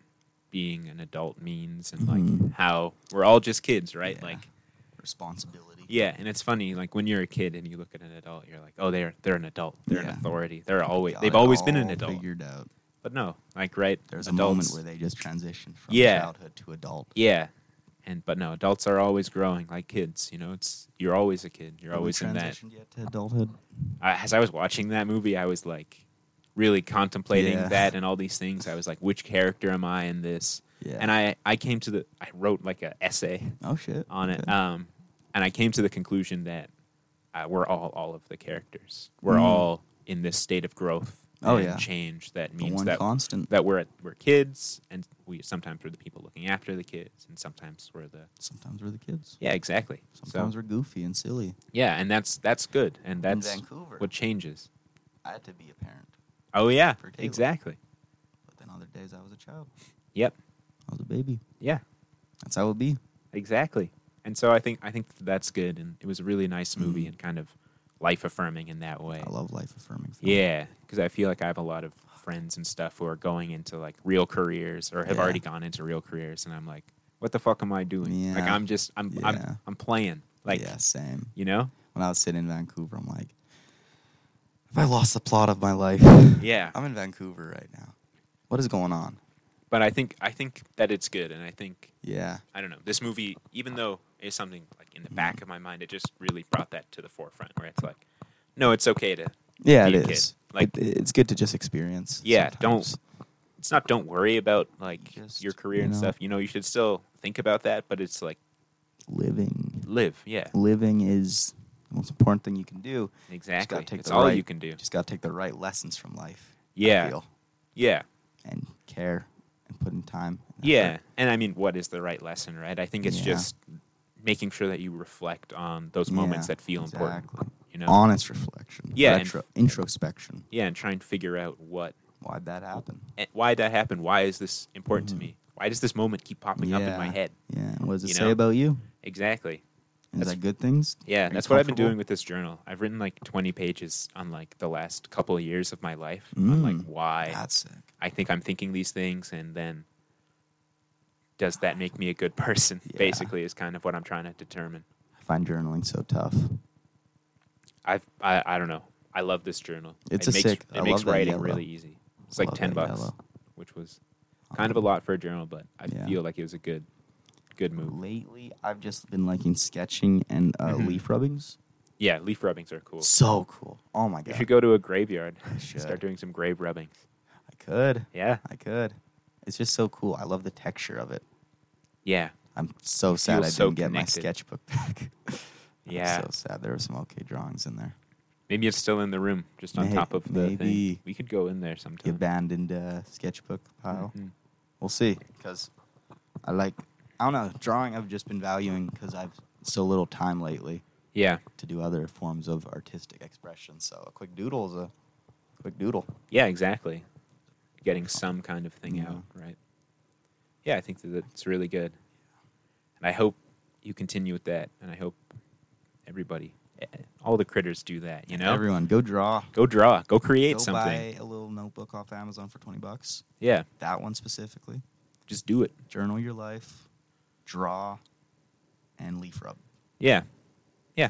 being an adult means and
Mhm.
like how we're all just kids, right?
Yeah.
Like
Responsibility.
Yeah, and it's funny. Like when you're a kid and you look at an adult, you're like, "Oh, they're they're an adult. They're an
Yeah.
authority. They're always
Got
they've
it
always been an
all
adult."
Figured out.
But no, like right,
There's a moment
adults,
where they just transition from
Yeah.
childhood to adult.
yeah, and but no, adults are always growing like kids. You know, it's you're always a kid. You're
Have we
always in that.
transitioned yet to adulthood.
I, as I was watching that movie, I was like really contemplating
Yeah.
that and all these things. I was like, "Which character am I in this?"
Yeah.
And I I came to the I wrote like a essay
oh shit.
on it.
Okay.
Um, and I came to the conclusion that uh, we're all all of the characters. We're
Mhm.
all in this state of growth
Oh,
and
yeah.
change that
the
means
one
that
constant.
that we're we're kids, and we sometimes we're the people looking after the kids, and sometimes we're the
Sometimes we're the kids.
yeah exactly.
Sometimes
so
we're goofy and silly.
yeah, and that's that's good, and
In
that's
Vancouver.
what changes.
I had to be a parent,
Oh yeah,
For Caleb.
exactly.
but then other days I was a child.
Yep.
I was a baby.
Yeah.
That's how it be.
Exactly. And so I think I think that's good, and it was a really nice movie
Mhm.
and kind of life affirming in that way.
I love life affirming. Films.
Yeah, because I feel like I have a lot of friends and stuff who are going into like real careers or have
Yeah.
already gone into real careers, and I'm like, what the fuck am I doing? Like
Yeah.
I'm just I'm
Yeah.
I'm I'm playing. Like
yeah, same.
you know?
When I was sitting in Vancouver, I'm like, have I lost the plot of my life?
Yeah.
[laughs] I'm in Vancouver right now. What is going on?
But I think I think that it's good, and I think
Yeah,
I don't know this movie, even though it's something like in the
Mm-hmm.
back of my mind, it just really brought that to the forefront where it's like, no, it's okay to
yeah, it
Be a
is.
kid. Like-
It- it's good to just experience.
Yeah,
sometimes.
it's not don't worry about like
Just,
your career
you
and
know.
stuff. You know, you should still think about that, but it's like
living.
live. Yeah,
Living is the most important thing you can do. Just
exactly.
gotta take
It's
the
all
right-
you can do.
You just got to take the right lessons from life. I
Yeah.
feel,
Yeah.
and care and put in time. and
Yeah,
effort.
and I mean, what is the right lesson, right? I think it's
Yeah.
just making sure that you reflect on those moments
Yeah,
that feel important,
exactly.
you know?
Honest reflection.
Yeah, and-
Retro- introspection.
Yeah, and try and figure out what,
Why'd that happen?
eh, why that happened. Why is this important
Mhm.
to me? Why does this moment keep popping up in my
Yeah.
head?
Yeah. And what does it
You
say
know?
about you?
Exactly.
Is
That's-
that good things?
Yeah,
Are you
that's what I've been
comfortable?
doing with this journal. I've written like 20 pages on like the last couple of years of my life on like
Mm.
why
That's sick.
I think I'm thinking these things, and then does that make me a good person?
Yeah.
Basically, is kind of what I'm trying to determine.
I find journaling so tough.
I've I, I don't know. I love this journal.
It's
it
a
makes,
sick-
It
I
makes
love that
writing
yellow.
really easy. It's
I
like
love
ten
that
bucks,
yellow.
which was kind of a lot for a journal, but I
Yeah.
feel like it was a good, good move.
Lately, I've just been liking sketching and uh,
Mhm.
leaf rubbings.
Yeah, leaf rubbings are cool.
So cool. Oh my
You
god.
should go to a graveyard.
I should.
Start doing some grave rubbings.
I could.
Yeah,
I could. It's just so cool. I love the texture of it.
yeah,
I'm so sad I didn't
so
get my
connected.
sketchbook back. [laughs] I'm
yeah.
so sad. There were some okay drawings in there.
Maybe it's still in the room, just on
May-
top of the thing.
maybe.
We could go in there
The
sometime.
abandoned uh, sketchbook pile.
Mhm.
We'll see. Because I like, I don't know, drawing I've just been valuing because I've so little time lately
Yeah,
to do other forms of artistic expression. So a quick doodle is a quick doodle.
yeah, exactly. Getting some kind of thing
Yeah.
out, right? Yeah, I think that that's really good, and I hope you continue with that, and I hope everybody, eh, all the critters, do that. You know,
Everyone, go draw.
go draw, go create
go
something.
buy a little notebook off Amazon for 20 bucks.
Yeah,
That one specifically.
just do it.
Journal your life, draw, and leaf rub.
Yeah, yeah.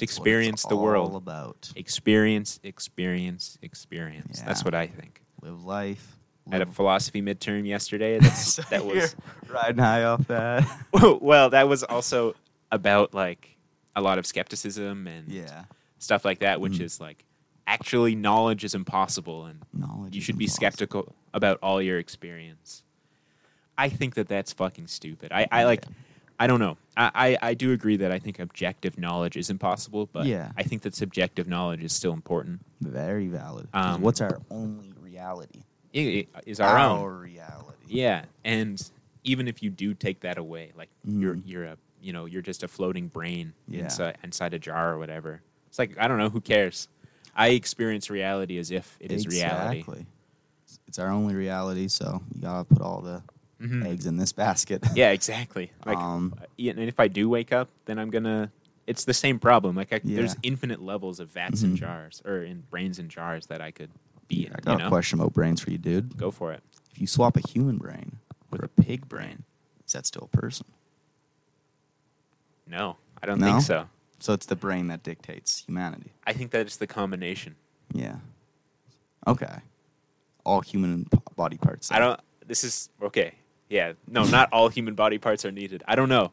That's what it's
experience the world.
All about
Experience, experience, experience. That's
Yeah.
what I think.
live life.
At a [laughs]
live-
philosophy midterm
[laughs]
yesterday. That's,
So
that was
you're riding high off that. [laughs]
[laughs] well. That was also about like a lot of skepticism and
yeah,
stuff like that, which
Mhm.
is like actually knowledge is impossible and
knowledge.
you
is
should be
impossible.
skeptical about all your experience. I think that that's fucking stupid. I, I like,
Yeah.
I don't know. I, I, I do agree that I think objective knowledge is impossible, but
Yeah.
I think that subjective knowledge is still important.
Very valid. 'Cause
Um,
what's our only reality?
It, it is our own.
reality.
Yeah, and even if you do take that away, like you're
Mhm.
you're a you know you're just a floating brain
Yeah.
inside inside a jar or whatever. It's like I don't know who cares. I experience reality as if it is reality.
Exactly. It's our only reality, so you gotta put all the
Mhm.
eggs in this [laughs] basket.
Yeah, exactly.
[laughs]
Like, uh,
Um,
yeah, and if I do wake up, then I'm gonna. It's the same problem. Like, I,
Yeah.
there's infinite levels of vats and
Mhm.
jars, or in brains and jars that I could be
I
in.
got
You
a
know,
question about brains for you, dude.
go for it.
If you swap a human brain with a pig brain, is that still a person?
No, I don't
No?
think so.
So it's the brain that dictates humanity.
I think that it's the combination.
Yeah. Okay. All human p- body parts.
I don't. This is okay. Yeah. No, not all human body parts are needed. I don't know.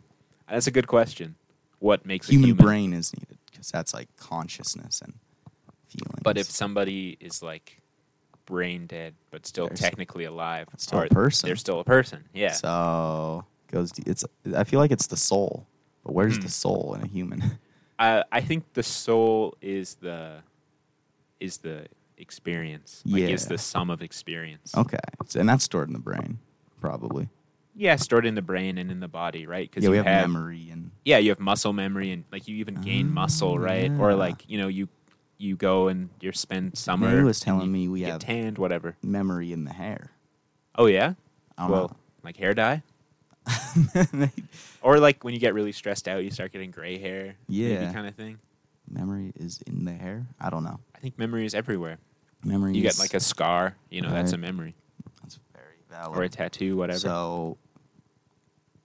That's a good question. What makes
Human,
a human
brain is needed because that's like consciousness and feelings.
But if somebody is like brain dead but still
They're s-
technically alive,
still a
or
person.
They're still a person. Yeah.
So goes. d- It's. I feel like it's the soul. But where's
Hmm.
the soul in a human? [laughs]
I I think the soul is the is the experience. Like is
Yeah. Oh.
the sum of experience.
Okay, so, and that's stored in the brain, probably.
Yeah, stored in the brain and in the body, right? Because
Yeah, we
you
have,
have
memory and
yeah, you have muscle memory and like you even gain muscle, right? Or
Ah.
like, you know, you you go and you spend summer.
Mary was
and
telling
you
me we
get
have-
tanned, whatever.
memory in the hair.
Oh yeah?
I don't
well, like hair dye?
know.
Or like when you get really stressed out you start getting gray hair.
Yeah.
kind of thing.
[laughs] memory is in the hair. I don't know.
I think memory is everywhere.
Memory.
You
is-
get like a scar, you know, that's a
Right.
memory.
That's very valid.
Or a tattoo, whatever.
So,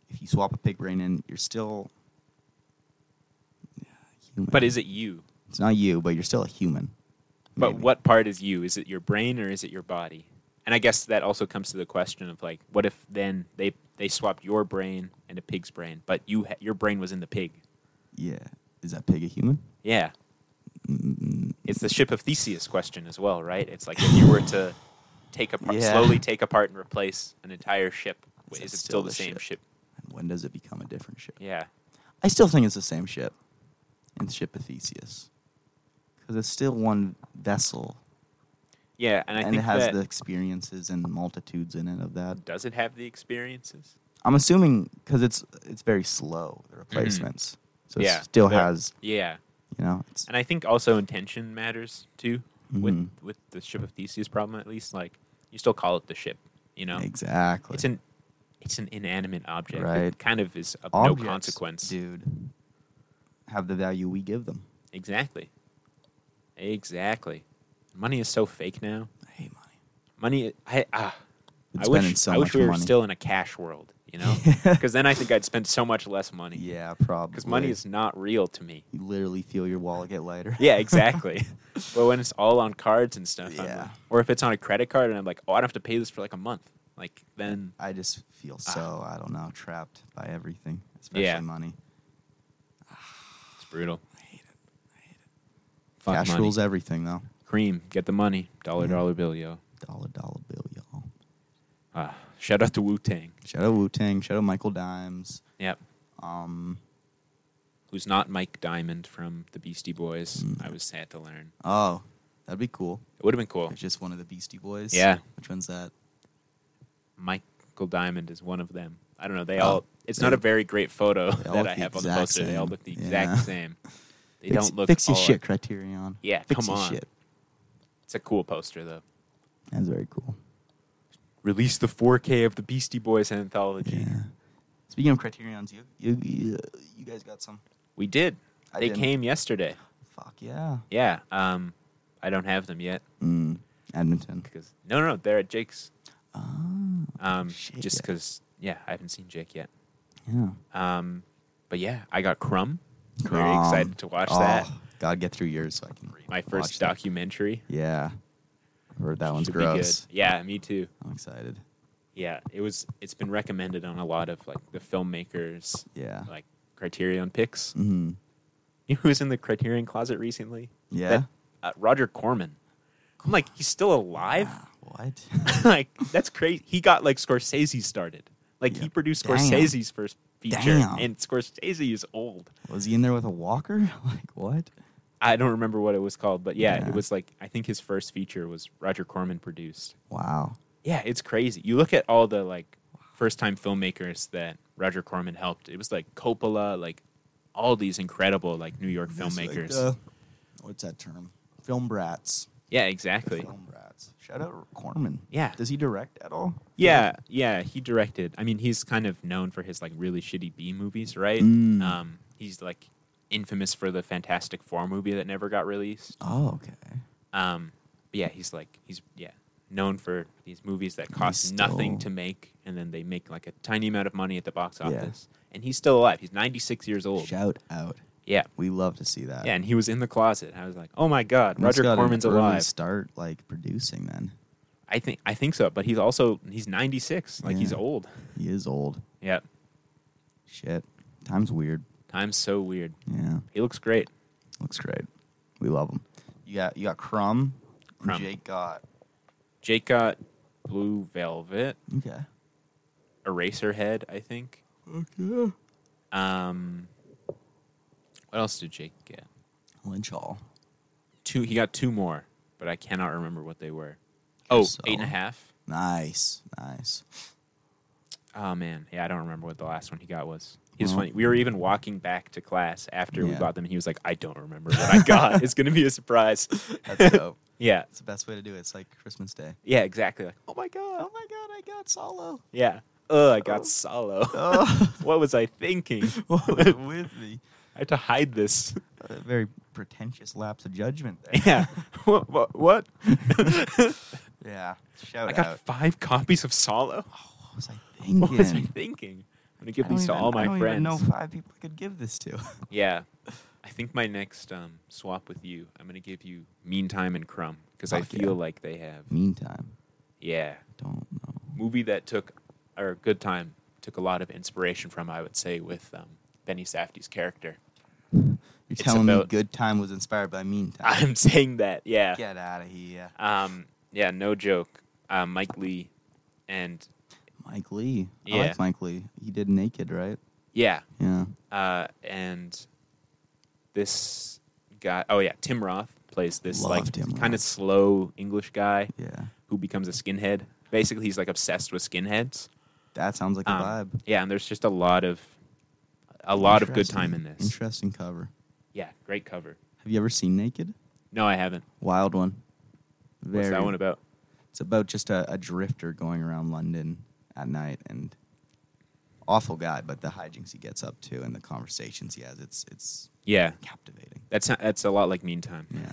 if you swap a pig brain in, you're still. Human.
but is it you?
it's not you, but you're still a human.
But
Maybe.
what part is you? Is it your brain or is it your body? And I guess that also comes to the question of like, what if then they they swapped your brain and a pig's brain, but you ha- your brain was in the pig?
Yeah, is that pig a human?
Yeah,
Mm,
it's the ship of Theseus question as well, right? It's like if you were to take apart,
Yeah.
slowly take apart and replace an entire ship, is,
Is it
it
still
still the
the
same
ship?
ship?
And when does it become a different ship?
Yeah,
I still think it's the same ship. It's ship of Theseus. Because it's still one vessel.
yeah, and I
and
think
it has
that
the experiences and multitudes in it of that.
does it have the experiences?
I'm assuming because it's it's very slow, the replacements. So it
Mm-hmm. Yeah,
still
they're-
has,
Yeah,
you know, it's
and I think also intention matters too with
Mhm.
with the ship of Theseus problem at least. Like you still call it the ship, you know?
exactly.
It's an it's an inanimate object. It
Right.
kind of is of
Objects,
no consequence.
Dude, have the value we give them.
Exactly. Exactly. Money is so fake now.
I hate money.
Money, I ah,
Been
I wish
spending so
I wish
much
we were
money.
still in a cash world,
[laughs]
you know? Because then I think I'd spend so much less money.
Yeah, probably.
Because money is not real to me.
You literally feel your wallet get lighter.
Yeah,
[laughs]
exactly. but when it's all on cards and stuff, I'm
Yeah.
like- or if it's on a credit card and I'm like, oh, I'd have to pay this for like a month. Like then,
I just feel so, I don't know, trapped by everything, especially
Ah. Yeah.
money.
it's brutal. I hate it. I hate it. Fuck
Cash
money.
rules Mm-hmm. everything, though.
Cream, get the money. Dollar,
Yeah.
dollar bill, yo.
Dollar, dollar bill, y'all.
Ah, shout out to Wu Tang.
Shout out Wu Tang. Shout out Michael Dimes.
Yep.
Um,
Who's not Mike Diamond from the Beastie Boys?
Mm.
I was sad to learn.
oh, that'd be cool.
It would have been cool.
It's just one of the Beastie Boys.
Yeah.
Which one's that?
Michael Diamond is one of them. I don't know. They
Oh,
all. It's not
they-
a very great photo
they all
[laughs] that
look
I
the
have on the
exact
poster. They all
same.
look the
Yeah.
exact same. They
fix,
don't look.
Fix your
all-
shit, Criterion.
Yeah,
Fix
come
your
on.
shit.
It's a cool poster though.
That's very cool.
Release the 4K of the Beastie Boys anthology.
Yeah. It's Speaking of Criterion's, you you, you, you guys got some?
We did.
I
they
didn't.
came yesterday.
Fuck yeah.
Yeah. Um, I don't have them yet
Mm, Edmonton.
because no, no, they're at Jake's.
Oh,
Um,
Shit.
just because yeah, I haven't seen Jake yet.
yeah.
Um, but yeah, I got Crumb. Very
Crumb.
excited to watch that.
Oh, God, get through yours so I can read.
My
watch
first
that.
documentary.
Yeah. I heard that one's
Should be good.
gross.
Yeah, me too.
I'm excited.
Yeah, it was. It's been recommended on a lot of like the filmmakers,
Yeah.
like Criterion picks.
hmm
You know who was in the Criterion closet recently?
Yeah.
That- Uh, Roger Corman. I'm like, he's still alive.
Ah, what?
[laughs]
[laughs]
like that's crazy. He got like Scorsese started. Like
Yeah.
he produced
Damn.
Scorsese's first feature,
Damn.
and Scorsese is old.
Was he in there with a walker? [laughs] Like what?
I don't remember what it was called, but yeah,
Yeah.
it was like I think his first feature was Roger Corman produced.
Wow.
Yeah, it's crazy. You look at all the like first time filmmakers that Roger Corman helped. It was like Coppola, like all these incredible like New York filmmakers.
uh, what's that term? Film brats.
yeah, exactly.
Film brats. Shout out Corman.
Yeah.
Does he direct at all?
Yeah, yeah, he directed. I mean, he's kind of known for his like really shitty B movies, right?
Mm.
Um, he's like infamous for the Fantastic Four movie that never got released.
Oh, okay.
Um, but yeah, he's like he's yeah known for these movies that cost
He's
nothing to
still-
make, and then they make like a tiny amount of money at the box
Yeah.
office. And he's still alive. He's ninety six years old.
Shout out.
yeah,
We love to see that.
yeah, and he was in the closet. I was like, oh my god,
And he's
Roger
got an
Corman's
early
alive.
Start like producing. Then
I think I think so, but he's also he's ninety six. Like he's
Yeah.
old.
he is old.
Yeah,
Shit. Time's weird.
time's so weird.
Yeah.
He looks great.
Looks great. We love him. You got you got Crumb. and
Crumb.
Jake got
Jake got Blue Velvet,
okay.
Eraserhead, I think.
Okay.
Um, what else did Jake get?
Lynch Hall.
Two. He got two more, but I cannot remember what they were.
Okay,
Oh,
so-
eight and a half.
Nice, nice.
Oh man, yeah, I don't remember what the last one he got was. He was
Well-
funny. We were even walking back to class after we
Yeah.
got them, and he was like, "I don't remember what I got. it's gonna be a surprise."
[laughs]
[laughs]
That's dope.
yeah,
It's the best way to do it. It's like Christmas Day.
yeah, exactly. Like, oh my god,
Oh my God, I got Solo.
yeah. Oh, I got
Oh. [laughs]
solo. [laughs]
Oh,
what was I thinking?
[laughs] what was with me?
[laughs] I had to hide
[laughs]
this.
A very pretentious lapse of judgment there.
Yeah. what?
[laughs]
What? what?
Yeah. Shout
I
out.
got five copies of Solo.
what was I thinking?
What was I thinking? I'm gonna give
I don't
these to
even-
all
I
my
don't
friends.
Even know five people I could give this to.
Yeah. I think my next um, swap with you, I'm gonna give you Meantime and Crumb because I
Fuck yeah.
feel like they have.
Meantime,
Yeah.
don't know.
Movie that took, or Good Time took a lot of inspiration from, I would say, with um, Benny Safdie's character. [laughs]
You're
It's
telling me
about-
Good Time was inspired by
[laughs]
Meantime.
I'm saying that. Yeah.
Get out of here,
Um. Yeah. No joke. Uh, Mike Lee, and
Mike Lee. I
Yeah.
like Mike Lee. He did Naked, right?
yeah,
Yeah.
uh, and this guy. Oh yeah, Tim Roth plays this
Love
like
Tim Roth.
kind of slow English guy
Yeah.
who becomes a skinhead. Basically, he's like obsessed with skinheads.
That sounds like a
Um,
vibe.
Yeah, and there's just a lot of a lot of good time in
Interesting-
this.
Interesting cover.
Yeah, great cover.
Have you ever seen Naked?
No, I haven't.
Wild one. Very,
What's that one about?
It's about just a, a drifter going around London at night and awful guy, but the hijinks he gets up to and the conversations he has, it's it's
Yeah,
captivating.
that's not, that's a lot like Meantime. [laughs]
Yeah.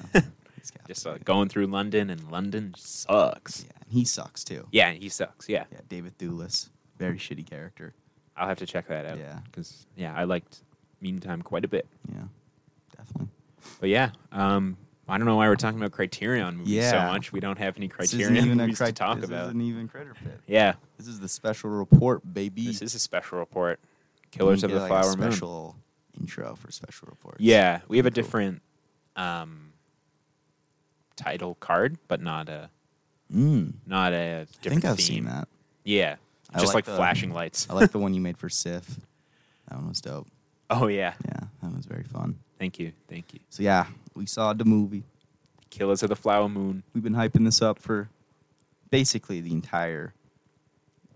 It's
Just uh,
captivating.
going through London, and London sucks.
Yeah, and he sucks too.
Yeah, he sucks. Yeah,
Yeah, David Thewlis. Very shitty character.
I'll have to check that out.
Yeah.
because yeah, I liked Meantime quite a bit.
Yeah. Definitely.
But yeah, um, I don't know why we're talking about Criterion movies so
Yeah.
much. We don't have any
This
Criterion
isn't even a
movies
cri-
to talk
this
about.
isn't even critter pit.
Yeah,
This is the special report, baby.
this is a special report. Killers
We
of
need
the
to get, like,
Flower
a
Moon.
special intro for special reports.
Yeah, we have a
Cool.
different um, title card, but not a
Mm.
not a different
I think I've
theme.
seen that.
Yeah,
I
just
like
like,
the- um,
flashing lights.
I like the one you made for Sif. That one was dope.
Oh yeah,
Yeah, that was very fun.
thank you, thank you.
So yeah, we saw the movie.
Killers of the Flower Moon.
We've been hyping this up for basically the entire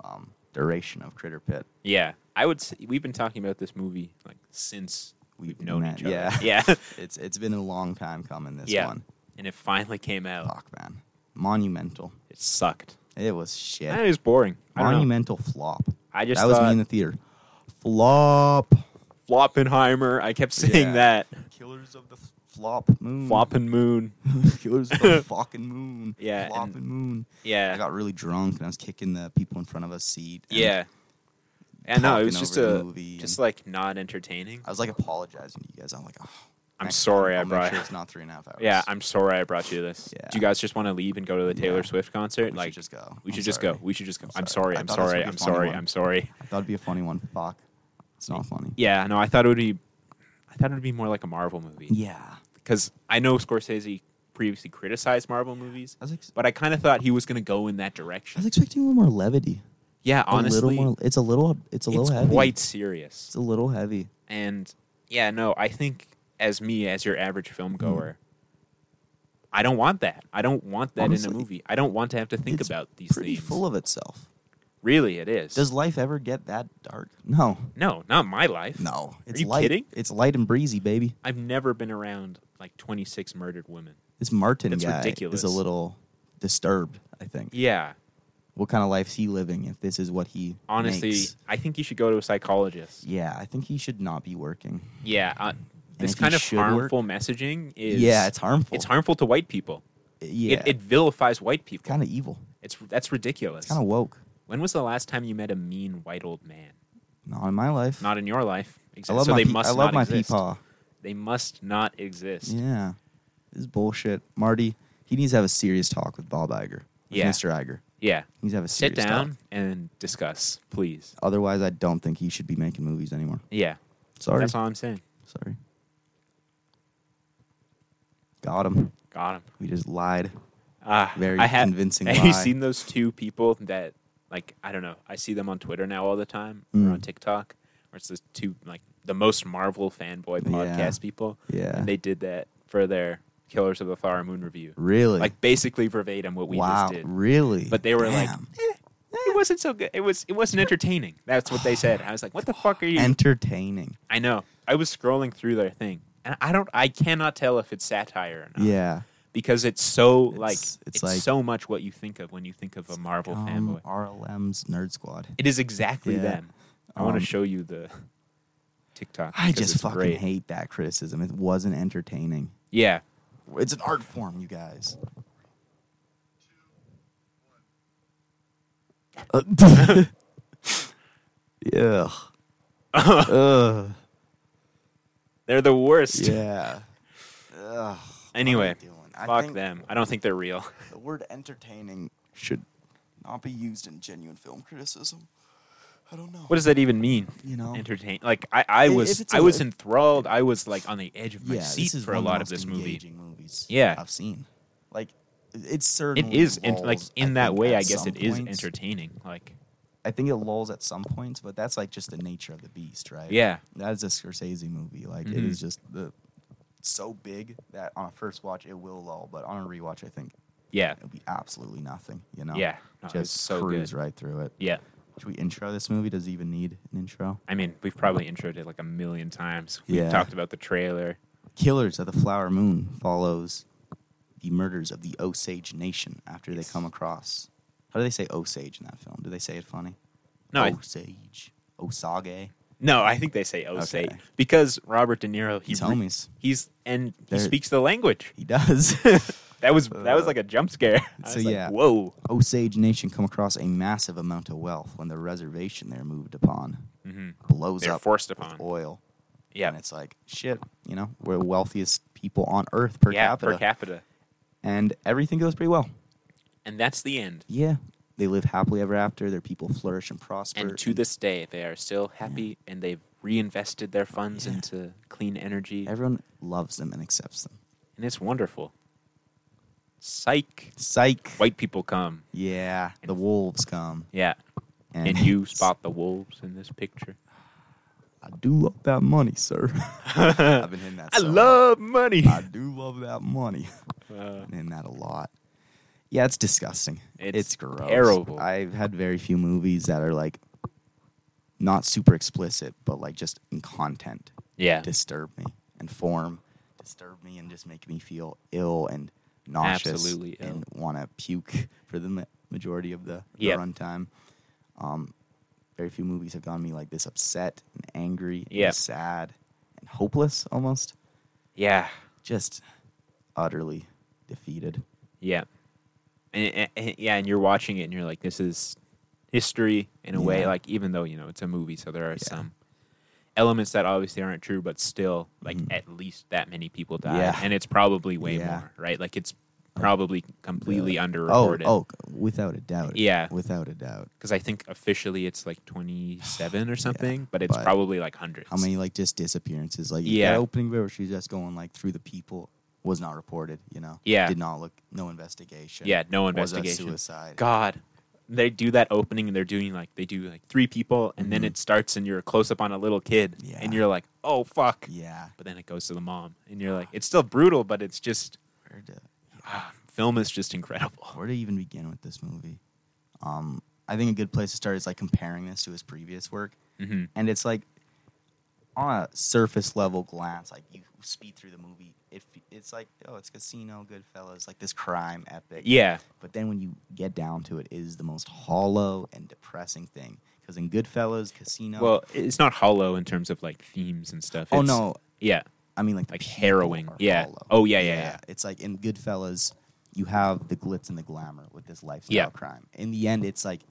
um, duration of Critter Pit.
Yeah, I would. Say, we've been talking about this movie like since we've, known
met-
each other.
Yeah, [laughs]
yeah, [laughs]
it's it's been a long time coming. This
yeah.
one,
And it finally came out.
fuck man, monumental.
It sucked.
It was
That
shit.
is boring. I don't know.
Monumental flop.
I just
that was
thought-
me in the theater. Flop.
Floppenheimer. I kept saying
Yeah. Hmm.
that.
Killers of the f- flop moon.
Floppin' Moon.
[laughs] Killers of
[laughs]
the fucking moon.
Yeah, and-
Flopping moon. I
Yeah.
got really drunk and I was kicking the people in front of us seat. and
Yeah. And no, it was
talking
just
over the
a
movie
just
and-
like not entertaining.
I was like apologizing to you guys. I'm like, oh,
I'm
next
sorry
time
I
I'll
brought-
Make sure it's not three and a half hours.
Yeah, I'm sorry I brought you this.
Yeah.
Do you guys just want to leave and go to the Taylor
Yeah.
Swift concert?
we
like
should just go.
we
I'm
should just
sorry.
go. We should just go.
I'm
I'm
sorry.
sorry.
I
I'm
thought this
sorry.
would be a
I'm
funny
sorry.
one.
I'm sorry.
That'd be a funny one. Fuck, it's not funny.
Yeah, no, I thought it would be I thought it would be more like a Marvel movie
Yeah,
because I know Scorsese previously criticized Marvel movies,
I was, ex-
but I kind of thought he was going to go in that
I
direction.
was expecting a little more levity.
Yeah,
a little
honestly,
more. It's a little. It's a little
it's
heavy.
quite serious.
It's a little heavy.
And yeah, no, I think as me, as your average film
Mm-hmm.
goer, I don't want that. I don't want that
Honestly,
in a movie. I don't want to have to think
it's
about these
Pretty
things.
full of itself.
really, it is.
Does life ever get that dark? No,
no, not my life.
no. It's
you
light.
kidding?
It's light and breezy, baby.
I've never been around like 26 murdered women.
This Martin
That's
guy is
ridiculous.
a little disturbed. I think.
Yeah.
What kind of life's he living if this is what he
Honestly,
makes?
I think you should go to a psychologist.
Yeah, I think he should not be working.
Yeah. Uh, this
if you
kind of
should work-
harmful messaging is
yeah, it's harmful.
it's harmful to white people.
Yeah,
It, it vilifies white people.
kind of evil.
it's that's ridiculous.
It's kind of woke.
When was the last time you met a mean white old man?
Not in my life.
Not in your life.
I
Exactly.
love
so
my.
they
pe-
must
I love
not
my
exist.
peepaw.
They must not exist.
Yeah, this is bullshit, Marty. He needs to have a serious talk with Bob Iger. with
Yeah.
Mr. Iger.
Yeah.
He needs to have a
Sit
serious
down
Talk.
and discuss, please.
Otherwise, I don't think he should be making movies anymore.
Yeah.
Sorry,
That's all I'm saying.
sorry. Got him.
Got him.
We just lied.
Ah,
Very
I have,
convincing
[laughs] Have you
lie.
seen those two people that, like, I don't know. I see them on Twitter now all the time
Mm.
or on TikTok, where it's those two, like, the most Marvel fanboy
Yeah.
podcast people.
Yeah.
And they did that for their Killers of the Flower Moon review.
Really?
Like, basically verbatim what we
wow.
just did.
Really?
But they were like,
Damn.
eh, it wasn't so good. It was it wasn't entertaining. That's what they said. I was like, what the fuck are you?
entertaining.
I know. I was scrolling through their thing, and I don't. I cannot tell if it's satire or not.
Yeah.
Because it's so like
It's-
it's,
it's like-
so much what you think of when you think of a Marvel
Um,
fanboy.
RLM's Nerd Squad.
It is exactly
Yeah.
them. I want
Um,
to show you the TikTok.
I
because
just
it's
fucking
great.
hate that criticism. It wasn't entertaining.
Yeah.
It's an art form, you guys. Uh, [laughs]
[laughs]
yeah. Ugh.
They're the [laughs] worst.
yeah. Ugh. What
Anyway,
are you doing? I
fuck
think
them. I don't think they're real. [laughs]
The word entertaining should not be used in genuine film criticism. I don't know.
What does that even mean?
You know?
entertain. Like I, I
If
was,
it's a
I was
li-
enthralled. I was like on the edge of my
yeah,
seat
this is
for a
one
lot
the
of
most
this movie.
engaging Movies
Yeah.
I've seen. Like it's certainly
It is, in, like
lulls,
in
I
that
think,
way,
at
I guess
some
it is
points.
entertaining. Like
I think it lulls at some points, but that's like just the nature of the beast, right?
yeah,
that is a Scorsese movie. Like it
Mhm.
is just the so big that on a first watch it will lull, but on a rewatch, I think
yeah,
it'll be absolutely nothing. You know?
yeah. No, it was
just
so
cruise
good.
right through it.
Yeah,
Should we intro this movie? Does it even need an intro?
I mean, we've probably introed it like a million times. We've
Yeah.
talked about the trailer.
Killers of the Flower Moon follows the murders of the Osage Nation after they come across. How do they say Osage in that film? Do they say it funny?
No,
Oh.
I,
Osage. Osage.
no, I think they say Osage
Okay.
because Robert De Niro. He
He's
re-
homies.
He's and he
They're-
speaks the language.
He does. [laughs]
That was that was
Uh,
like a jump scare. [laughs] I
so
was like,
yeah.
whoa.
Osage Nation come across a massive amount of wealth when the reservation they're moved upon
hmm
blows
They're
up
forced
with
upon.
oil.
Yeah,
And it's like, shit, you know, we're the wealthiest people on earth per
yeah,
capita.
per capita.
and everything goes pretty well.
And that's the end.
Yeah. They live happily ever after. Their people flourish and prosper.
And to this day, they are still happy and they've reinvested their funds
Yeah.
into clean energy.
everyone loves them and accepts them.
and it's wonderful. Psych.
Psych.
White people come.
Yeah, the wolves come.
Yeah. And you spot the wolves in this picture.
I do love that money,
[laughs]
sir. I've been hitting that.
I
so
love money.
much. [laughs] I do love that money.
[laughs]
[laughs]
Uh,
I've been hitting that a lot. Yeah, it's disgusting. It's,
It's
gross.
terrible.
I've had very few movies that are like not super explicit, but like just in content
yeah.
disturb me and form disturb me and just make me feel ill and nauseous
Absolutely ill.
and want to puke for the ma- majority of the, the
Yep.
runtime. Um, Very few movies have gotten me like this upset and angry and
Yeah.
sad and hopeless almost.
Yeah.
Just utterly defeated.
Yeah. And, and- and- yeah, and you're watching it and you're like, this is history in a way,
Yeah.
like even though, you know, it's a movie, so there are some elements that obviously aren't true, but still like at least that many people died.
Mm-hmm. Yeah.
And it's probably way
Yeah.
more, right? Like it's probably completely
Oh,
underreported.
oh, without a doubt.
Yeah.
Without a doubt.
Because I think officially it's
[sighs]
like 27 or something, but it's
but
probably like hundreds.
How many like just disappearances? Like
Yeah.
yeah, opening where she's just going like through the people was not reported. You know,
Yeah.
did not look no investigation.
Yeah, no
Was a
investigation.
suicide.
God, they do that opening and they're doing like they do like three people, and then
Mhm.
it starts and you're close up on a little kid, and
Yeah.
you're like, oh fuck.
Yeah,
But then it goes to the mom, and you're like, it's still brutal, but it's just
where to
ah, film is just incredible. [laughs]
where to even begin with this movie? Um, I think a good place to start is like comparing this to his previous work,
hmm
and it's like on a surface level glance, like you speed through the movie, it f- it's like oh, it's Casino, Goodfellas, like this crime epic.
Yeah,
But then when you get down to it, it is the most hollow and depressing thing. Because in Goodfellas, Casino.
well, it's not hollow in terms of like themes and stuff.
oh
It's-
no,
yeah,
I mean like the
like
people
harrowing.
are
Yeah.
hollow.
Oh, yeah, yeah, yeah.
It's like in Goodfellas, you have the glitz and the glamour with this lifestyle
Yeah.
crime. In the end, it's like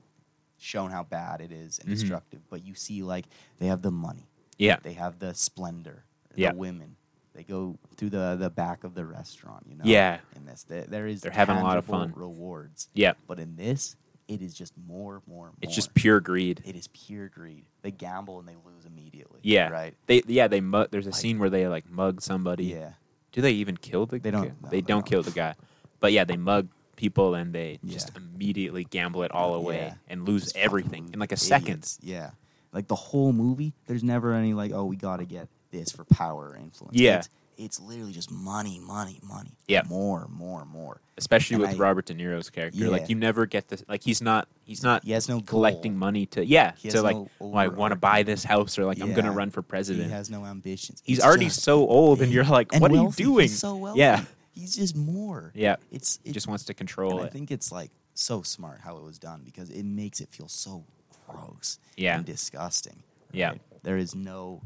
shown how bad it is and
Mhm.
destructive. But you see like they have the money,
yeah,
they have the splendor,
Yeah.
the women. They go through the the back of the restaurant, you know.
Yeah.
In this, there, there is
They're having a lot of
tangible
fun.
rewards.
yeah.
But in this, it is just more, more, more.
It's just pure greed.
It is pure greed. They gamble and they lose immediately.
Yeah,
Right.
They yeah they mu- there's a
Like-
scene where they like mug somebody.
Yeah.
Do they even kill the?
They don't-
guy?
no,
they
they
don't
don't.
kill the guy, but yeah, they mug people and they just
Yeah.
immediately gamble it all away
Yeah.
and lose
Just fucking
everything
lose.
in like a
Idiots.
second.
Yeah. Like the whole movie, there's never any like, oh, we got to get this for power or influence.
Yeah.
It's, it's literally just money, money, money.
Yeah.
More, more, more.
Especially
And
with
I-
Robert De Niro's character,
Yeah.
like you never get this. Like he's not he's not
He has no
collecting
goal.
money to yeah.
He has
So like,
no
oh, I want to buy this house or like I'm gonna
Yeah.
run for president.
He has no ambitions.
he's
It's
already
just
so old, and
big
you're like,
and
what
wealthy.
are you doing?
He's so wealthy.
Yeah,
He's just more.
yeah.
It's
He
it's
just wants to
And
control
I
it.
think it's like so smart how it was done because it makes it feel so gross
Yeah.
and disgusting.
Yeah.
There is no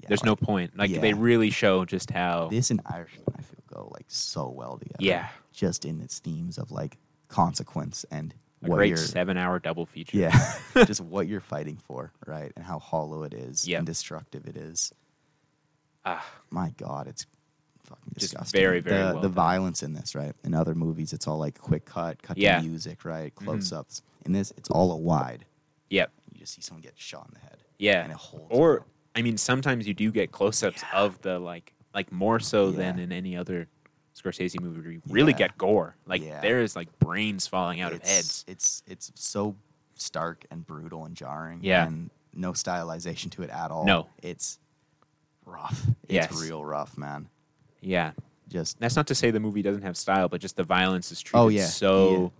yeah,
There's no
like,
point. Like they
Yeah.
really show just how
this and Irishman I feel go like so well together.
Yeah.
Just in its themes of like consequence and
a
what
great
you're
seven-hour double feature. [laughs]
Yeah. just what you're fighting for, right? And how hollow it is
Yeah.
and destructive it is.
Ah.
my god, it's fucking
Just
disgusting.
very, very
the,
well
the
done.
violence in this, right? In other movies, it's all like quick cut, cut
Yeah. Mm-hmm.
to music, right? Close ups. In this, it's all a wide.
Yep.
You just see someone get shot in the head.
Yeah.
and it holds.
Or
out.
I mean, sometimes you do get close-ups of the like, like more so than
Yeah.
in any other Scorsese movie. Where you really
Yeah.
get gore. Like
Yeah.
there is like brains falling out of
it's,
heads.
It's it's so stark and brutal and jarring.
Yeah.
and no stylization to it at all.
No.
it's rough. It's
Yes.
real rough, man.
Yeah.
Just
That's not to say the movie doesn't have style, but just the violence is treated
Oh, yeah.
so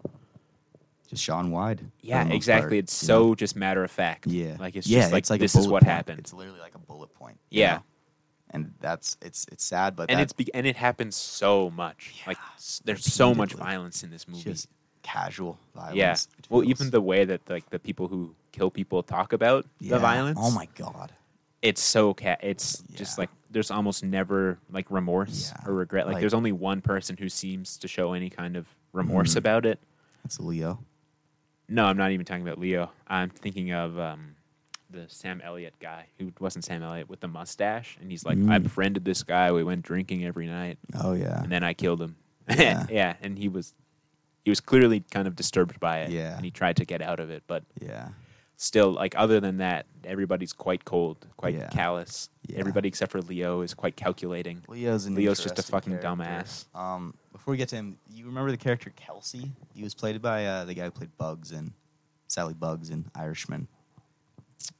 just shot and wide. for the
yeah,
most
exactly.
part,
it's
you know?
so just matter of fact.
Yeah.
Like it's
Yeah,
just like,
a
this is
bullet
what
point.
happened.
It's literally like a bullet point. you
Yeah.
know? And that's it's it's sad, but
and
that
it's be- and it happens so much. Like
Yeah.
s- there's so much
Repeatedly.
violence in this movie.
just casual violence.
yeah.
It
Well,
feels-
even the way that like the people who kill people talk about
Yeah.
the violence.
Oh my god.
it's so cat it's just
Yeah.
like there's almost never like remorse
Yeah.
or regret like,
Like-
there's only one person who seems to show any kind of remorse
Mhm.
about it
That's Leo.
no i'm not even talking about leo i'm thinking of um the sam elliott guy who wasn't sam elliott with the mustache and he's like i
Mm.
befriended this guy we went drinking every night
Oh yeah.
and then i killed him [laughs] yeah.
Yeah.
and he was he was clearly kind of disturbed by it
Yeah.
and he tried to get out of it but
yeah.
still like other than that everybody's quite cold quite
Yeah.
callous
Yeah.
everybody except for leo is quite calculating
Leo's an
Leo's just a
interesting
fucking
character.
dumbass.
Um, before we get to him, you remember the character Kelsey? He was played by uh, the guy who played Bugs and Sally Bugs in Irishman.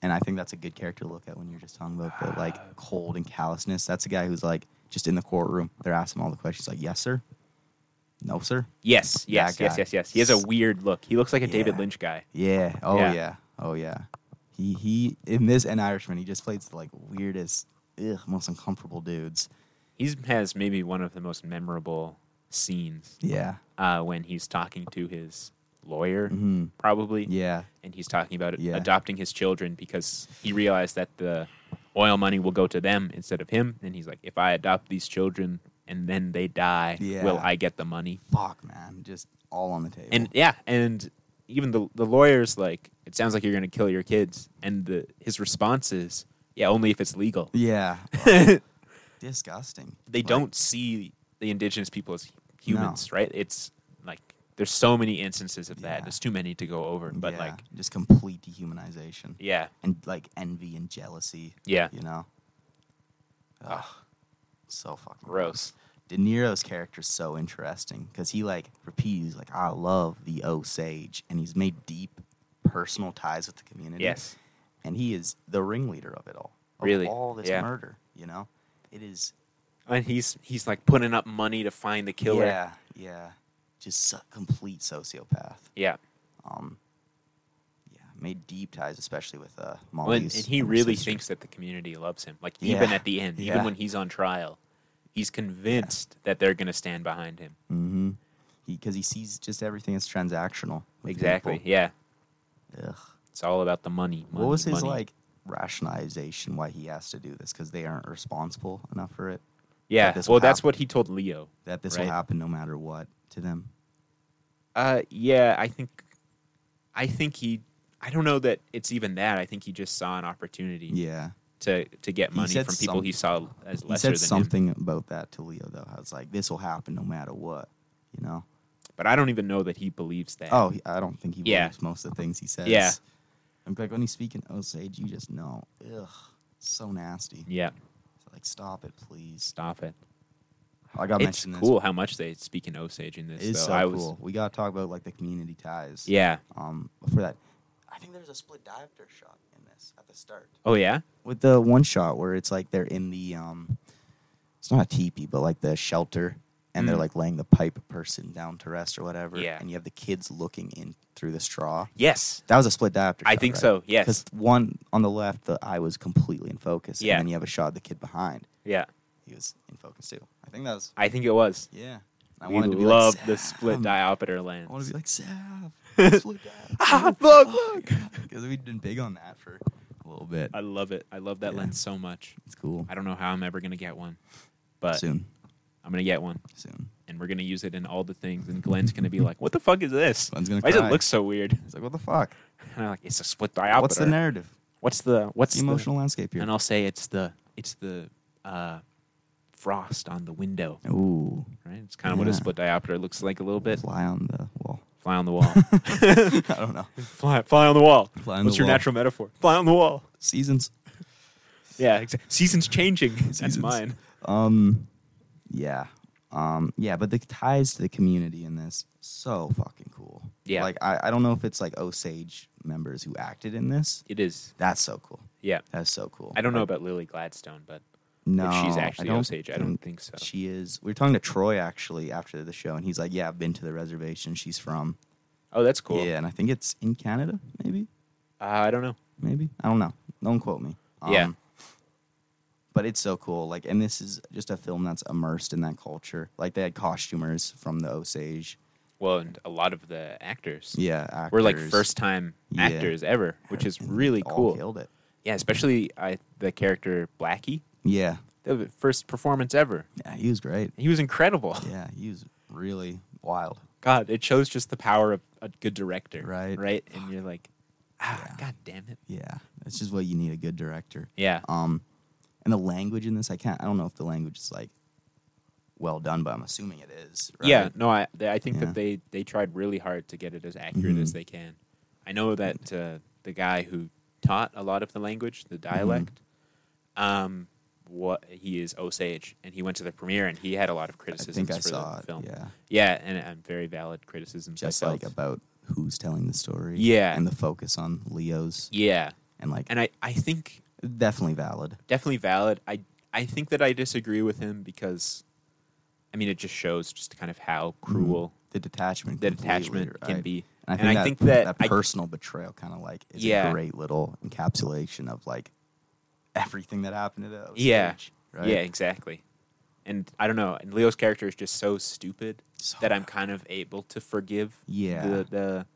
And I think that's a good character to look at when you're just talking about the
Uh,
like cold and callousness. That's a guy who's like just in the courtroom. They're asking him all the questions, like yes sir, no sir,
yes yes
That
yes
guy.
yes yes he has a weird look he looks like a david
Yeah.
lynch guy
yeah, oh
Yeah.
yeah, oh yeah. He he in this and Irishman, he just plays the like weirdest, ugh, most uncomfortable dudes.
he has maybe one of the most memorable scenes
Yeah,
uh, when he's talking to his lawyer,
Mhm.
probably.
Yeah.
And he's talking about
Yeah.
adopting his children because he realized that the oil money will go to them instead of him. And he's like, if I adopt these children and then they die, will
Yeah.
I get the money?
Fuck, man. Just all on the table.
And yeah, and even the the lawyer's like, it sounds like you're gonna kill your kids. And the his response is, yeah, only if it's legal. [laughs]
yeah. Disgusting.
they
Like,
don't see the indigenous people as humans, right? It's like there's so many instances of that.
Yeah.
There's too many to go over, but
yeah,
like,
just complete dehumanization
yeah,
and like envy and jealousy.
yeah,
You know.
Ugh.
So fucking
gross.
De Niro's character's so interesting because he like repeats he's like I love the Osage, and he's made deep personal ties with the community.
Yes,
and he is the ringleader of it all. Of
Really?
all this
Yeah.
murder, you know, it is.
and he's he's like putting up money to find the killer. Yeah,
Yeah, yeah, just a complete sociopath. Um, yeah, made deep ties, especially with uh,
Well, and,
Molly's.
and he
her
really
sister.
thinks that the community loves him. Like
Yeah.
even at the end,
Yeah.
even when he's on trial, he's convinced that they're gonna stand behind him.
Mhm. He because he sees just everything as transactional. with
Exactly.
people.
Yeah,
Ugh.
it's all about the money. money
what was his
money.
like rationalization why he has to do this? Because they aren't responsible enough for it.
Yeah.
this will
well, that's
happen?
what he told Leo.
That this
Right.
will happen no matter what to them.
Uh, yeah, I think, I think he. I don't know that it's even that. I think he just saw an opportunity
Yeah,
to to get
He
money
said
from people he saw as
he
lesser
said
than him.
something about that to Leo though. I was like, this will happen no matter what. You know?
But I don't even know that he believes that.
Oh, he- I don't think he
Yeah.
believes most of the things he says.
Yeah.
I'm like when he's speaking Osage, you just know. Ugh, so nasty.
yeah,
It's like, stop it, please.
stop it.
I got
It's
mentioned
cool how much they speak in Osage in this.
This. It is
though.
so
I was,
cool. We gotta talk about like the community ties.
Yeah.
Um, for that, I think there's a split diopter shot in this at the start
Oh yeah.
with the one shot where it's like they're in the um, it's not a teepee, but like the shelter, and they're
Mm.
like laying the pipe person down to rest or whatever.
Yeah.
And you have the kids looking in through the straw.
Yes.
That was a split diopter.
I
shot,
think
right?
so.
Because
Yes.
one on the left, the eye was completely in focus.
Yeah.
And then you have a shot of the kid behind.
Yeah.
He was in focus too. I think that was
I think it was.
yeah. I
we
wanted to be
love
like,
the split
"Sam."
diopter lens.
I [laughs] want to be like
[laughs]
Sav. split diopter.
ah, look, look.
Because we've been big on that for a little bit.
I love it. I love that
Yeah.
lens so much.
It's cool.
Uh, I don't know how I'm ever gonna get one, but
soon,
I'm gonna get one.
soon.
and we're gonna use it in all the things. And Glenn's gonna be like, "What the fuck is this?
Glenn's gonna
Why does it
cry."
look so weird?" [laughs]
It's like, what the fuck?
And I'm like, "It's a split diopter.
What's the narrative?
What's the what's
What's the emotional landscape
The,
here?
and I'll say it's the it's the uh, frost on the window.
Ooh,
Right? It's kind of what a
Yeah.
split diopter looks like a
[laughs]
little bit.
fly on the
[laughs]
wall.
Fly on the wall.
I don't know.
fly, fly on the wall.
Fly on
What's
the
your
wall.
natural metaphor? Fly on the wall.
Seasons.
Yeah. Exa- seasons changing. That's
Seasons.
mine.
Um, yeah, um, yeah. But the ties to the community in this so fucking cool.
Yeah.
Like I, I don't know if it's like Osage members who acted in this.
It is.
That's so cool.
Yeah.
That's so cool.
I don't know
Like,
about Lily Gladstone, but
No,
if she's
I
actually
don't
Osage, I don't think so.
She is. We were talking to Troy actually after the show, and he's like, "Yeah, I've been to the reservation. She's from.
oh, that's cool.
Yeah, and I think it's in Canada, maybe,
Uh, I don't know. Um,
maybe. I don't know. Don't quote me. Um,
Yeah.
But it's so cool. Like, and this is just a film that's immersed in that culture. Like, they had costumers from the Osage.
Well, and a lot of the actors.
Yeah, actors.
We're like first time
Yeah.
actors ever, which is
and
really
all
cool.
Killed it.
Yeah, especially I, the character Blackie,
Yeah.
the first performance ever.
Yeah, he was great.
He was incredible.
Yeah, he was really wild.
[laughs] God, it shows just the power of a good director,
Right.
Right, and you're like, ah, god damn it.
Yeah, that's just what you need a good director.
Yeah,
Um, and the language in this, I can't. I don't know if the language is like well done, but I'm assuming it is. Right?
yeah. No, I th- I think
Yeah. Mm-hmm.
that they they tried really hard to get it as accurate as they can. I know that uh, the guy who taught a lot of the language, the
Mm-hmm.
dialect, um, what he is Osage, and he went to the premiere and he had a lot of
I
criticisms
think I
for
saw
the
it.
film.
Yeah,
Yeah, and, and very valid criticisms.
just
I
like
felt.
about who's telling the story.
Yeah.
and the focus on Leo's
yeah,
and like
and I, I think
definitely valid.
definitely valid. I I think that I disagree with him because, I mean, it just shows just kind of how cruel
The detachment,
the
Mm-hmm. completely,
detachment can
right?
be,
And I think,
and
that,
I think that, I,
personal betrayal kind of like is
Yeah.
a great little encapsulation of like everything that happened to the Osage,
Yeah.
right?
yeah, exactly. And I don't know. And Leo's character is just so stupid
So-
that I'm kind of able to forgive
Yeah.
the the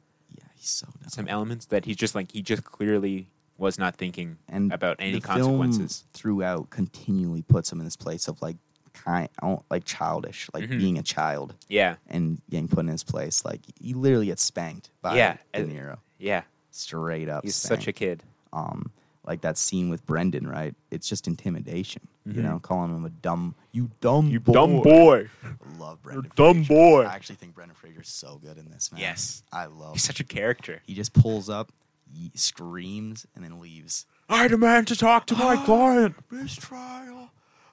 he's so dumb.
some elements that he's just like he just clearly was not thinking
and
about any
the film
consequences.
throughout continually puts him in this place of like kind oh, like childish like
Mhm.
being a child
Yeah,
and getting put in his place like he literally gets spanked by
Yeah,
De
and-
Niro
yeah.
straight up
He's such a kid.
a um like that scene with Brendan right it's just intimidation you
Mhm.
know calling him a dumb you dumb boy.
boy.
I love Brendan
dumb
Fraser.
boy.
I actually think Brendan Fraser's so good in this man
Yes.
I love
He's such a character.
he just pulls up ye- screams and then leaves
I demand to talk to [gasps] my client.
mistrial.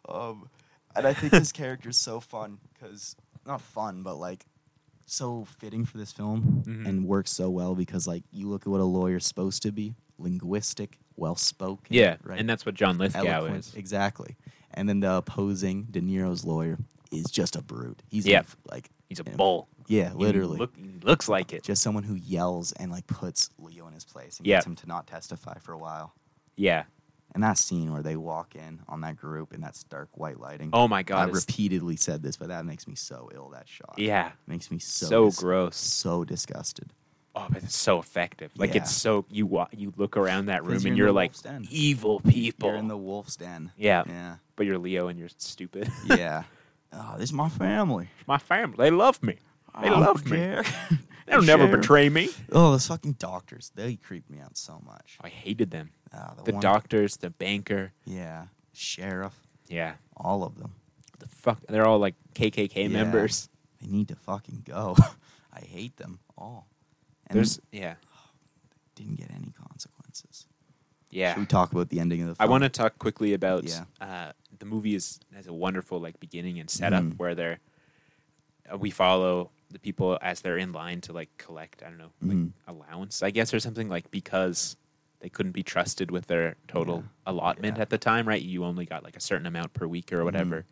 Um, and I think this character is so fun because not fun, but like so fitting for this film
Mhm.
and works so well because like you look at what a lawyer's supposed to be: linguistic, well spoken.
Yeah,
right.
and that's what John Lithgow
Eloquent,
is.
exactly. And then the opposing De Niro's lawyer is just a brute. He's
Yeah.
a- like
He's a
Yeah.
bull.
yeah,
He
literally.
look- he looks like it.
just someone who yells and like puts Leo in his place and
Yeah.
gets him to not testify for a while.
yeah.
And that scene where they walk in on that group and that's dark white lighting.
Oh my
I
god. it's-
repeatedly said this, but that makes me so ill. That shot.
yeah.
makes me so
So,
dis-
gross.
so disgusted.
Oh, but it's so effective. Like
Yeah.
it's so you wa- you look around that
'Cause you're in
room and
the
you're like
wolf's den.
evil people.
You're in the wolf's den.
yeah.
yeah,
But you're Leo and you're [laughs] stupid.
yeah. [laughs] oh, this is my family.
my family, they love me. They
Oh,
love me.
Jack.
They'll never
Sure.
betray me.
[laughs] Oh, those fucking doctors. They creep me out so much.
I hated them.
Ah,
The
one-
doctors, the banker.
Yeah, sheriff.
Yeah.
All of them.
The fuck they're all like KKK
Yeah.
members.
They need to fucking go. [laughs] I hate them all. And
There's yeah.
didn't get any consequences.
Yeah.
Should we talk about the ending of the?
I
film?
want to talk quickly about
Yeah.
uh, the movie is has a wonderful like beginning and setup
Mhm.
where they're uh, we follow the people as they're in line to like collect I don't know like
Mhm.
allowance I guess or something like because they couldn't be trusted with their total allotment
Yeah.
at the time right you only got like a certain amount per week or whatever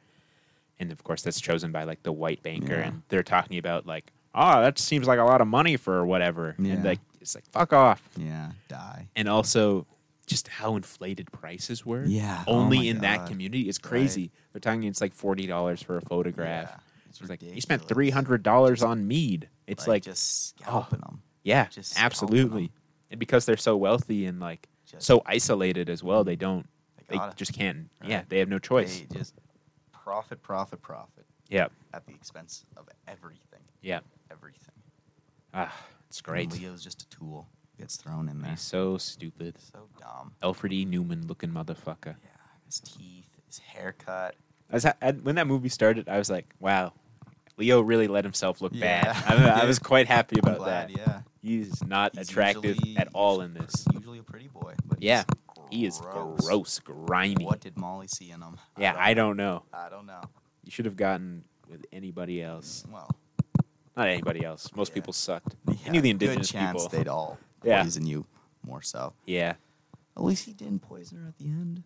and of course that's chosen by like the white banker
Mm-hmm. Yeah.
and they're talking about like oh that seems like a lot of money for whatever
Yeah.
and like it's like fuck off
Yeah, die.
and also just how inflated prices were.
Yeah. Oh
Only
my
in that
God.
community is crazy. They're talking it's like forty dollars for a photograph.
Yeah, it's
It's like you spent three
ridiculous.
hundred dollars on mead. It's like,
just
oh,
scalping them.
yeah,
just helping
absolutely. And because they're so wealthy and like
Just-
so isolated as well, they don't. They
gotta-
just can't.
right.
Yeah, they have no choice.
They just profit, profit, profit
yeah,
at the expense of everything.
yeah.
Everything.
Ah, it's
And
great.
Leo's just a tool. Gets thrown in there.
He's so stupid.
So dumb.
Alfred E. Newman looking motherfucker.
Yeah. His teeth, his haircut.
I was, I, when that movie started, I was like, wow, Leo really let himself look
Yeah.
bad. I, I was quite happy
[laughs] I'm
about
glad,
that.
Yeah.
He's not
He's
attractive
usually-
at all in this.
He's usually a pretty boy. But
Yeah.
He's
He is gross, grimy.
What did Molly see in him?
yeah, I don't know.
I don't know.
You should have gotten with anybody else.
Well,
Not anybody else. Most
Yeah.
people sucked.
yeah,
Any of the
good
indigenous
chance
people.
they'd all
[laughs] Yeah.
poison you more so.
Yeah.
At least he didn't poison her at the end.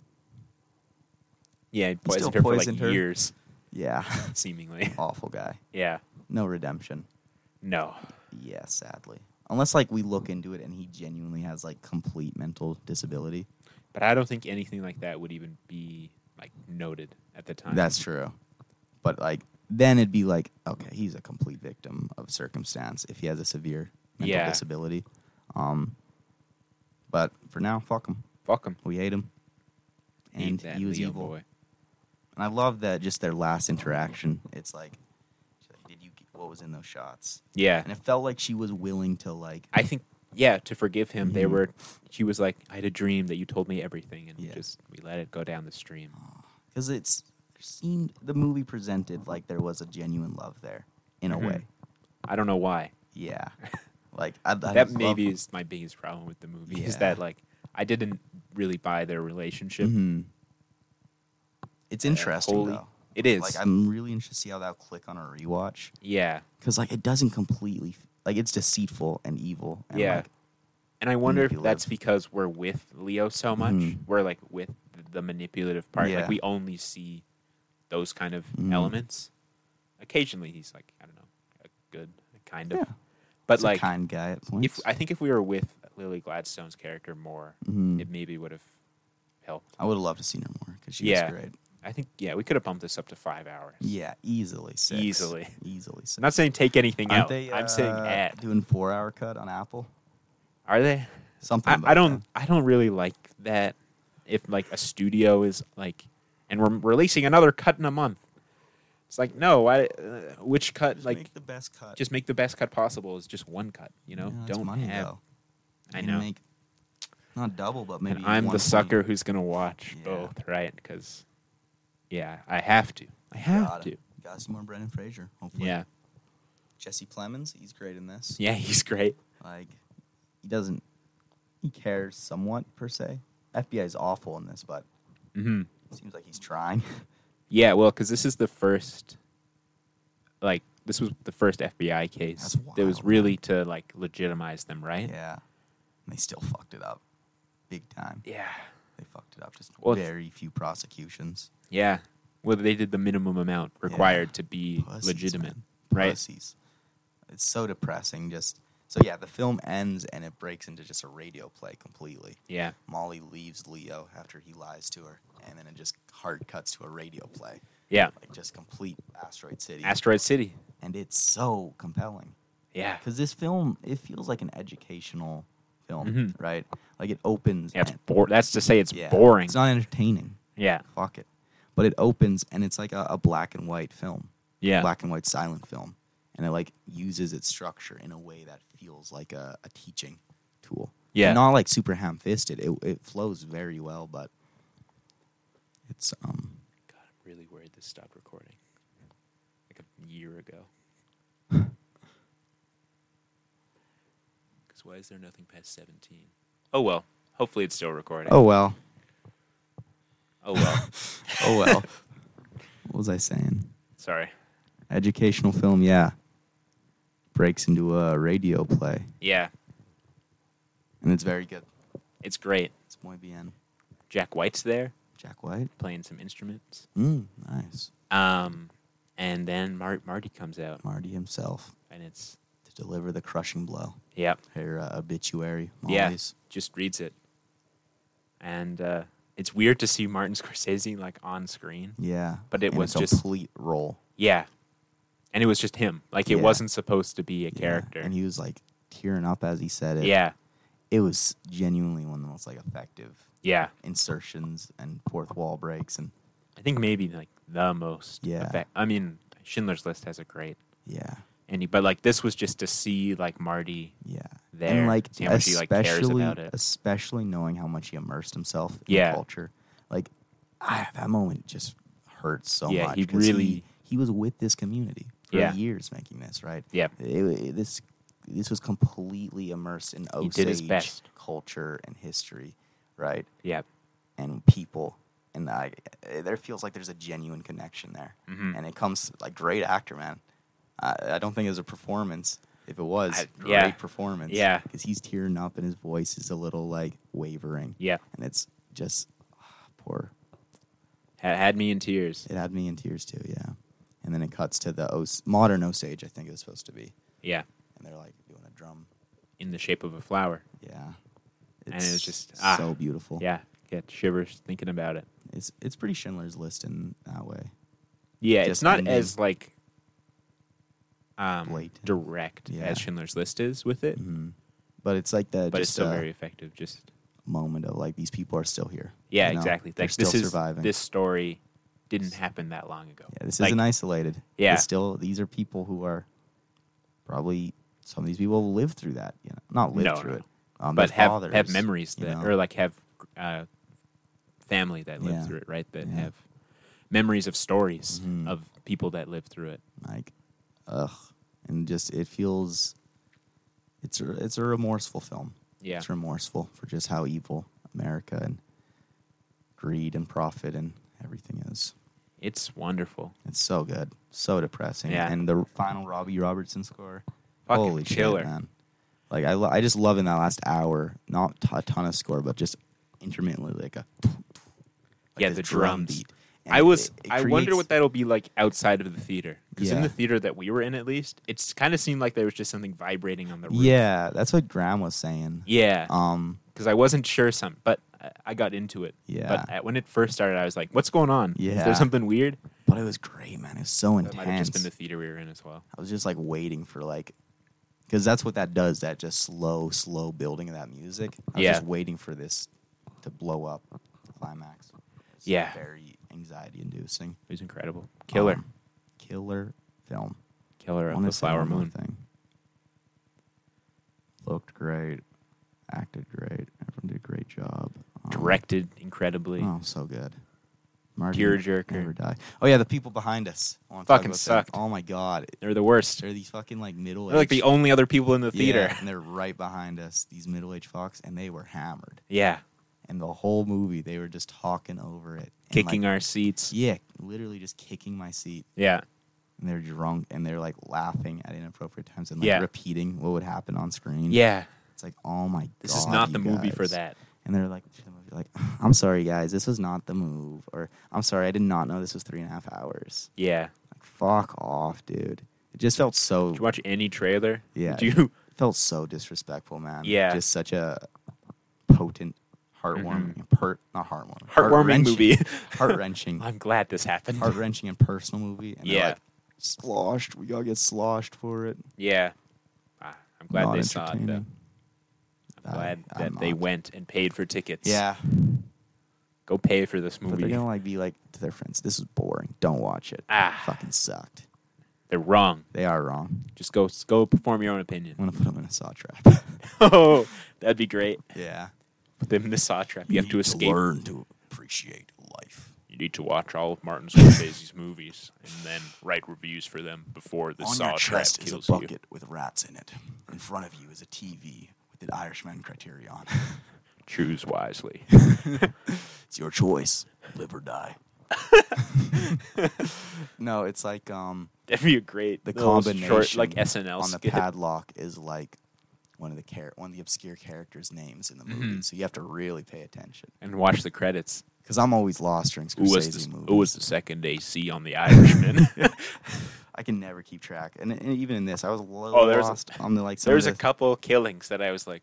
Yeah, he
still
poisoned her for
poisoned
like
her.
years, [laughs]
Yeah. [laughs]
seemingly.
Awful guy.
yeah.
No redemption.
No.
Yeah, sadly. Unless like we look into it and he genuinely has like complete mental disability.
But I don't think anything like that would even be like noted at the time.
That's true. But like then it'd be like, okay, he's a complete victim of circumstance if he has a severe mental
Yeah.
disability. Um but for now, fuck him.
fuck him.
We hate him. And he was evil. And I love that just their last interaction. It's like, she's like, did you get what was in those shots?
Yeah.
And it felt like she was willing to like
I think yeah, to forgive him, they
Mhm.
were. She was like, "I had a dream that you told me everything, and we
Yeah.
just we let it go down the stream."
because it's there seemed the movie presented like there was a genuine love there in a
Mhm.
way.
I don't know why. [laughs]
Yeah, like I, I
that
love-
maybe is my biggest problem with the movie is
Yeah.
that like I didn't really buy their relationship.
Mhm. It's
uh,
interesting
wholly.
though.
It is.
Like I'm really interested to see how that'll click on a rewatch
yeah,
because like it doesn't completely f- like it's deceitful and evil. And,
yeah.
like,
and I wonder if
manipulative.
that's because we're with Leo so much,
Mhm.
we're like with the manipulative part.
Yeah.
Like we only see those kind of
Mhm.
elements. Occasionally, he's like I don't know, a good kind of,
Yeah.
but
he's
like
a kind guy at points.
if I think if we were with Lily Gladstone's character more,
Mhm.
it maybe would have helped.
I would have loved to seen her more because she was
Yeah.
great.
I think yeah, we could have bumped this up to five hours.
Yeah, easily six.
Easily.
easily. Six.
I'm not saying take anything
Aren't
out.
they,
I'm saying
uh,
add.
doing four hour cut on Apple.
Are they?
Something.
I,
about
I don't.
that.
I don't really like that. If like a studio is like, and we're releasing another cut in a month, it's like no. I uh, which cut
Just
like
make the best cut.
just make the best cut possible is just one cut. You know,
Yeah, that's
don't
money,
have.
though.
I
You can
know.
Make, not double, but maybe.
and I'm the
120.
sucker who's gonna watch
Yeah.
both, right? Because yeah, I have to. I have
Gotta-
to.
Got some more Brendan Fraser. Hopefully.
Yeah,
Jesse Plemons, he's great in this.
yeah, [laughs] he's great.
Like, he doesn't. He cares somewhat per se. FBI is awful in this, but
hmm
it seems like he's trying. [laughs]
Yeah, well, because this is the first, like, this was the first FBI case
That's
that was
wild,
really to like legitimize them, right?
yeah. And they still fucked it up, big time.
Yeah.
They fucked it up. Just
Well, it's-
very few prosecutions.
Yeah. Well, they did the minimum amount required to be
Pussies,
legitimate,
man.
right?
Pussies. It's so depressing. Just so yeah, the film ends and it breaks into just a radio play completely.
Yeah.
Molly leaves Leo after he lies to her, and then it just hard cuts to a radio play,
Yeah.
like just complete Asteroid City,
Asteroid City.
and it's so compelling
Yeah.
because this film it feels like an educational film,
Mhm.
right? Like it opens.
Yeah, it's
and-
bo- That's to say, it's
yeah,
boring.
It's not entertaining.
yeah.
Fuck it, but it opens and it's like a, a black and white film
Yeah.
black and white silent film and it like uses its structure in a way that feels like a, a teaching tool
Yeah.
not like super ham-fisted it, it flows very well but it's um
God, I'm really worried this stopped recording. Like a year [laughs] ago. Because why is there nothing past 17? Oh, well. Hopefully it's still recording.
oh well
oh well. [laughs]
oh well what was i saying
Sorry.
educational film yeah breaks into a radio play
Yeah,
and it's very good
it's great.
it's muy bien
Jack White's there
jack white
playing some instruments.
mm, nice
Um, and then Mar- Marty comes out,
marty himself
and it's,
to deliver the crushing blow
yeah,
her uh, obituary
Yeah.
Molly's.
just reads it. And uh, it's weird to see Martin [laughs] Scorsese like on screen.
Yeah.
But it
in
was
a
just-
complete role.
Yeah. And it was just him. Like it
Yeah.
wasn't supposed to be a
Yeah.
character.
And he was like tearing up as he said it.
yeah.
It was genuinely one of the most like effective
Yeah.
insertions and fourth wall breaks and
I think maybe like the most.
Yeah.
effect- I mean, Schindler's List has a great.
yeah.
And he, but like this was just to see like Marty.
Yeah.
There,
and like
see how much he, like, cares
especially
about it.
especially knowing how much he immersed himself in
Yeah.
the culture. Like ah, that moment just hurts so
Yeah,
much.
he
'cause
really-
he, was with this community for
Yeah.
years making this, right?
Yeah.
It- it- this this was completely immersed in
He
Osage
did his best.
culture and history, right?
Yeah.
and people and I, eh, there feels like there's a genuine connection there
Mhm.
and it comes like great actor man I, I don't think it was a performance if it was
I-
great
yeah.
performance
Yeah.
because he's tearing up and his voice is a little like wavering
Yeah.
and it's just ah, poor
Had, had me in tears.
it had me in tears too yeah and then it cuts to the Os- modern Osage I think it was supposed to be
Yeah.
and they're like doing a drum
In the shape of a flower.
yeah
And it was just,
so
ah,
beautiful
Yeah. Get shivers thinking about it.
it's it's pretty Schindler's List in that way
Yeah. it's
Just
not
ending.
as like um,
Blatant.
direct
Yeah.
as Schindler's List is with it,
Mhm. but it's like the
but it's
just,
still
uh,
very effective. Just,
moment of like these people are still here.
yeah,
you know?
exactly.
They're
Like,
still
this is,
surviving.
This story didn't happen that long ago.
yeah, this
Like,
isn't isolated.
Yeah.
It's still these are people who are probably some of these people lived through that. You know, not lived
No,
through
no.
it, um,
but
their
have
fathers,
have memories
you
that,
know?
or like have uh, family that lived
Yeah.
through it, right? That
Yeah.
have memories of stories
Mhm.
of people that lived through it.
like, ugh, and just it feels. It's a it's a remorseful film.
Yeah,
It's remorseful for just how evil America and greed and profit and everything is.
it's wonderful.
It's so good, so depressing.
Yeah.
And the final Robbie Robertson score,
Fucking
holy
killer.
shit, man! Like I, lo- I just love in that last hour, not t- a ton of score, but just intermittently like a like
Yeah,
this
the
drum
drums.
beat. And
I was.
it- it
I wonder
creates-
what that'll be like outside of the theater. Because in
Yeah.
the theater that we were in, at least, it's kind of seemed like there was just something vibrating on the roof.
Yeah, that's what Graham was saying.
Yeah.
Um,
Because I wasn't sure some, but I, I got into it.
Yeah.
But at, when it first started, I was like, "What's going on? Is
Yeah.
there something weird?"
but it was great, man. It was so
That might have
intense.
just been the theater we were in as well.
I was just like waiting for like because that's what that does. That just slow, slow building of that music. I was
Yeah.
just waiting for this to blow up, climax. It's
Yeah.
very anxiety inducing.
It was incredible. Killer.
Um, killer film.
Killer of
Wanna
the
say
Flower
one more
Moon.
thing. Looked great, acted great. Everyone did a great job. Um,
Directed incredibly.
Oh, so good. Marty
Tearjerker.
Never die. Oh yeah, the people behind us. I wanna talk
Fucking
about them.
sucked.
Oh my god,
They're the worst.
they're these fucking like middle.
They're like the only other people in the theater. [laughs]
and they're right behind us. These middle aged fucks, and they were hammered.
Yeah.
And the whole movie, they were just talking over it, and,
Kicking
like,
our seats.
yeah, literally just kicking my seat.
Yeah.
And they're drunk, and they're like laughing at inappropriate times, and like
Yeah.
repeating what would happen on screen.
Yeah.
It's like, oh my god.
This is not the
you
movie for
guys.
that.
And they're like, to the movie, like, [sighs] I'm sorry, guys, this was not the move. Or, I'm sorry, I did not know this was three and a half hours.
Yeah.
Like, fuck off, dude. It just felt so,
Did you watch any trailer?
Yeah.
Did you [laughs]
felt so disrespectful, man.
Yeah.
Just such a potent, heartwarming, per, not heartwarming,
Mm-hmm. heartwarming
[laughs]
movie.
heart
[laughs]
wrenching,
I'm glad this happened.
heart wrenching and personal movie. And they're
Yeah.
like, sloshed, we all get sloshed for it.
Yeah. Ah, I'm glad
Not
they saw it though.
entertaining.
I'm
I-
glad
I'm
that they
not.
went and paid for tickets.
Yeah.
Go pay for this
But they're
movie.
gonna like be like to their friends, this is boring. Don't watch it.
Ah.
Fucking sucked.
They're wrong.
They are wrong.
Just go go perform your own opinion.
I'm gonna put them in a saw trap.
[laughs]
[laughs]
oh, that'd be great.
yeah.
Put them in the saw trap. You have to escape.
learn to appreciate life.
You need to watch all of Martin Scorsese's movies and then write reviews for them before the saw trap kills you.
with rats in it. In front of you is a TV with the Irishman criterion.
Choose wisely.
[laughs] it's your choice. Live or die. [laughs] no, it's like um
That'd be a great
the
little
combination
short, like SNL
on the
skit.
padlock is like one of the char- one of the obscure characters' names in the movie,
Mm-hmm.
so you have to really pay attention.
and watch the credits.
Because I'm always lost during Scorsese
Who was the,
movies.
who was the second AC on
[laughs]
the Irishman? [laughs]
I can never keep track, and, and even in this, I was a little
Oh, there's a-
lost on the like. Some
There's
of
a
the-
couple killings that I was like,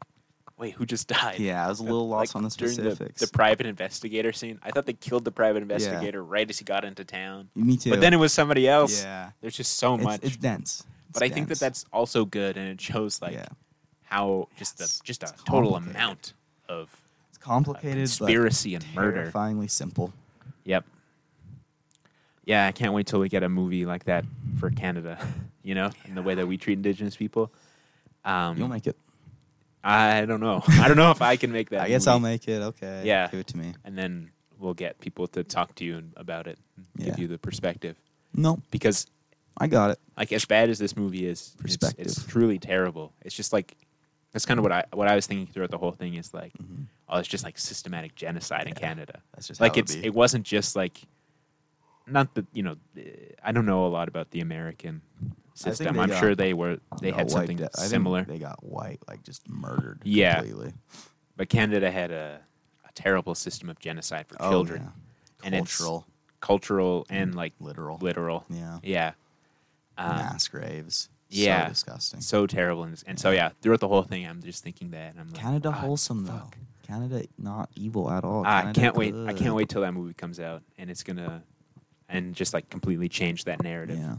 wait, who just died?
Yeah, I was a little
Like,
lost on the
during
specifics.
The, private investigator scene. I thought they killed the private investigator right as he got into town.
Me too.
But then it was somebody else.
Yeah.
There's just so
it's,
much.
it's dense.
but I
It's
think that
dense.
that's also good and it shows like
Yeah.
how just the
It's-
just a
it's
total
complicated.
amount of
it's complicated,
conspiracy
but
and murder.
terrifyingly simple.
Yep. Yeah, I can't wait till we get a movie like that for Canada, [laughs] you know, and the way that we treat indigenous people. Um,
You'll make it.
I don't know. I don't know if I can make that.
I guess
movie.
I'll make it. Okay.
Yeah.
Give it to me.
And then we'll get people to talk to you and- about it, and give
Yeah.
you the perspective.
Nope.
Because,
I got it.
like, as bad as this movie is, it's- It's,
Perspective.
truly terrible. It's just like that's kind of what I what I was thinking throughout the whole thing is like, oh, it's just like systematic genocide in Canada.
Mm-hmm. That's just
like
how it
it's
be.
it wasn't just like not that you know uh, I don't know a lot about the American
think
system.
they uh,
I'm
got-
sure they were they
Got
had
wiped
something
out. I think
similar,
They got white, like just murdered.
Yeah.
Completely.
but Canada had a, a terrible system of genocide for
Oh,
children,
yeah.
And it's-
Cultural,
cultural and like
Mm. literal,
literal.
Yeah.
Yeah. Um,
mass graves.
yeah.
So disgusting.
So terrible, and, and so yeah, throughout the whole thing, I'm just thinking that, and I'm like,
Canada
"Ah,
wholesome
fuck."
though. Canada not evil at all.
Ah, I
Canada
can't wait! I
good.
can't wait till that movie comes out, and it's gonna, and just like completely change that narrative.
Yeah.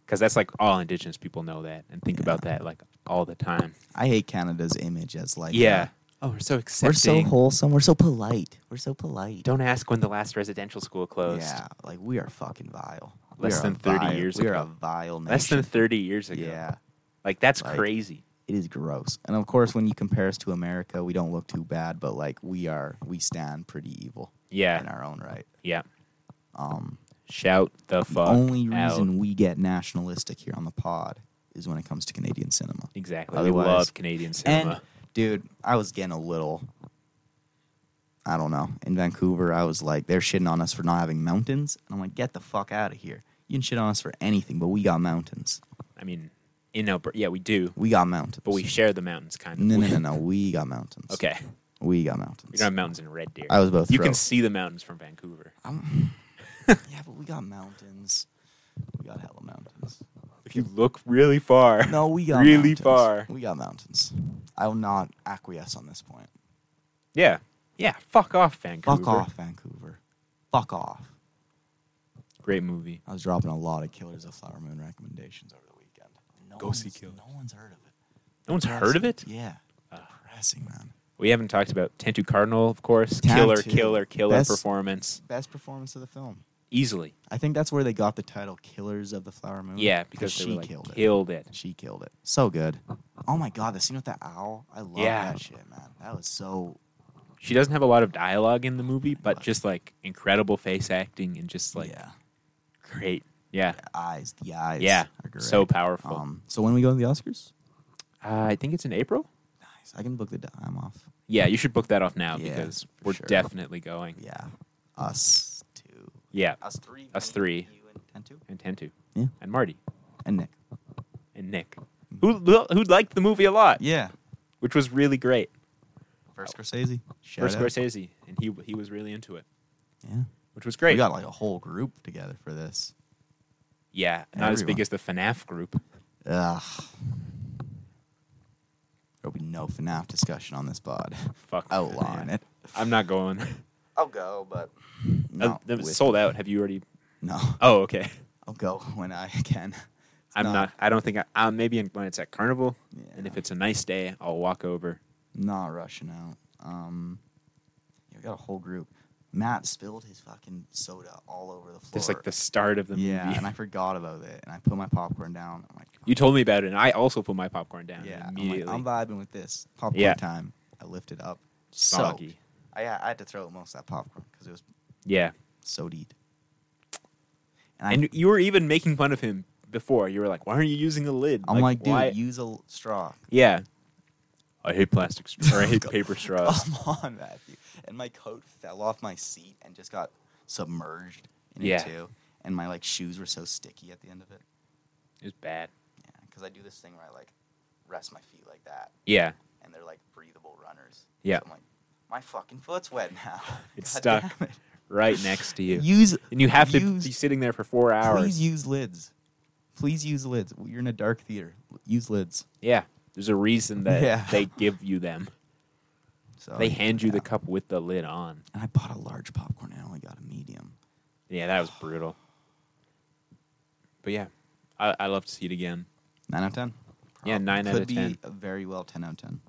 because that's like all indigenous people know that and think
Yeah.
about that like all the time.
I hate Canada's image as like
yeah.
uh,
Oh, we're so
we're
accepting.
so wholesome. We're so polite. We're so polite.
Don't ask when the last residential school closed.
yeah, like we are fucking vile. We
Less
are
than
a
30
vile-
years
we are
ago.
a vile nation.
Less than 30 years ago.
Yeah,
Like that's
Like-
crazy.
it is gross. And of course, when you compare us to America, we don't look too bad, but like we are, we stand pretty evil in
Yeah.
our own right.
Yeah.
Um,
Shout the
the
fuck
only
out.
reason we get nationalistic here on the pod is when it comes to Canadian cinema.
Exactly.
Otherwise-
we love Canadian cinema.
And dude, I was getting a little I don't know. In Vancouver, I was like, they're shitting on us for not having mountains. And I'm like, get the fuck out of here. You can shit on us for anything, but we got mountains.
I mean, in Alberta, yeah, we do,
We got mountains.
but we share the mountains kind of.
No, no,
We-
no, no. We got mountains.
[laughs] Okay.
We got mountains.
We don't have mountains in Red Deer.
I was both
You can
throat.
see the mountains from
[laughs]
Vancouver.
I'm-
[laughs]
yeah, but we got mountains. We got hella mountains.
If you look really far.
No, we got
Really
mountains.
far.
We got mountains. I will not acquiesce on this point.
Yeah. Yeah. Fuck off, Vancouver.
Fuck off, Vancouver. Fuck off.
Great movie.
I was dropping a lot of Killers of Flower Moon recommendations over the weekend. No
Go see
one's-
Killers.
No one's heard of it.
No one's heard of it? Ah.
Yeah. Depressing, man.
We haven't talked about Tentu Cardinal, of course.
Tentu.
Killer, killer, killer
That's-
performance.
Best performance of the film.
Easily.
I think that's where they got the title "Killers of the Flower Moon."
Yeah, because they
Oh, she
were like,
killed it.
killed it.
She killed it. So good. Oh my god, the scene with the owl. I love
Yeah.
that shit, man. That was so.
She doesn't have a lot of dialogue in the movie, but
Right.
just like incredible face acting and just like
yeah,
great. Yeah.
eyes. The eyes.
Yeah.
are great.
So powerful.
Um, so when we go to the Oscars,
uh, I think it's in April.
nice. I can book the time off.
Yeah, you should book that off now
Yeah,
because
for
we're
sure.
definitely going.
Yeah, us two.
Yeah.
Us three.
Us
me,
three.
You and Tentu.
And Tentu.
Yeah. Mm-hmm.
And Marty.
And Nick.
And Nick. Who who liked the movie a lot,
Yeah.
which was really great.
First Scorsese. Shout
First
out.
Scorsese. And he he was really into it.
Yeah.
Which was great.
We got like a whole group together for this.
Yeah, not as big
Everyone.
as the FNAF group.
Ugh. There'll be no FNAF discussion on this pod.
Fuck.
Outline
FNAF.
it.
I'm not going.
I'll go, but
Uh, it was sold out. Have you already?
[laughs] No,
Oh, okay.
I'll go [laughs] when I can.
[laughs] I'm
not-
not. I don't think. I, i maybe when it's at Carnival, and
Yeah.
if it's a nice day, I'll walk over.
Not rushing out. Um, yeah, we got a whole group. Matt spilled his fucking soda all over the floor.
Just like the start of the
yeah,
movie.
and I forgot about it, and I put my popcorn down. I'm like,
[laughs] you told me about it, and I also put my popcorn down
yeah, I'm,
immediately.
like, I'm vibing with this popcorn
Yeah.
time. I lifted up.
Soggy.
Soaked. I I had to throw most of that popcorn because it was
yeah,
sodied.
and you were even making fun of him before. You were like, "Why aren't you using a lid?"
I'm like, dude,
why-
use a l- straw.
yeah. I
[laughs]
hate plastic straws. or I hate
Oh, God.
paper straws.
[laughs] Come on, Matthew. And my coat fell off my seat and just got submerged in
Yeah.
it too. And my like shoes were so sticky at the end of it.
It's bad.
Yeah, because I do this thing where I like rest my feet like that,
Yeah,
and they're like breathable runners.
Yeah.
So I'm like, my fucking foot's wet now. [laughs]
It's
God
stuck.
damn it.
right next to you,
Use
and you have to
use-
be sitting there for four hours.
please use lids. Please use lids. You're in a dark theater. Use lids.
Yeah. There's a reason that
Yeah.
they give you them.
So
They hand you the
yeah.
cup with the lid on.
And I bought a large popcorn and I only got a medium.
Yeah, that was brutal. But yeah, I, I love to see it again.
Nine out of ten.
Yeah, nine out
Could
of
be
10.
a very well ten out of ten.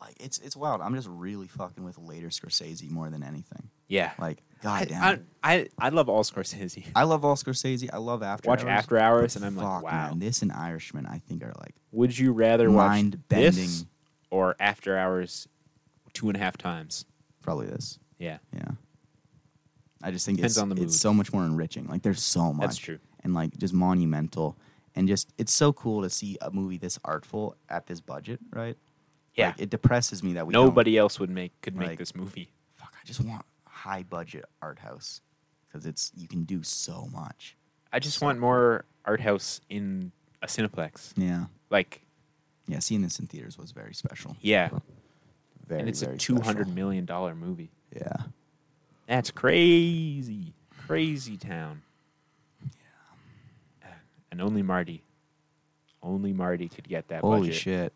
Like it's it's wild. I'm just really fucking with later Scorsese more than anything.
Yeah.
Like
I,
goddamn,
I, I, I love all Scorsese. [laughs]
I, love all Scorsese. I love After
watch
Hours.
After Hours, and I'm like,
Fuck,
wow.
man, this and Irishman, I think are like
Would you rather watch this
Mind-bending.
or After Hours two and a half times?
probably this.
Yeah.
Yeah. I just think
Depends
it's
on the mood.
it's so much more enriching. Like there's so much.
That's true.
And like just monumental. And just it's so cool to see a movie this artful at this budget, right?
Yeah.
Like, it depresses me that we don't-
Nobody else would make could make
Like-
this movie.
fuck, I just want high budget art house because it's you can do so much.
I just want more art house in a Cineplex.
Yeah,
Like,
yeah. Seeing this in theaters was very special.
yeah.
Very,
and it's a
very
two hundred
special.
million dollar movie.
Yeah,
That's crazy. Crazy town. Yeah. And only Marty. Only Marty could get that
holy
budget.
shit!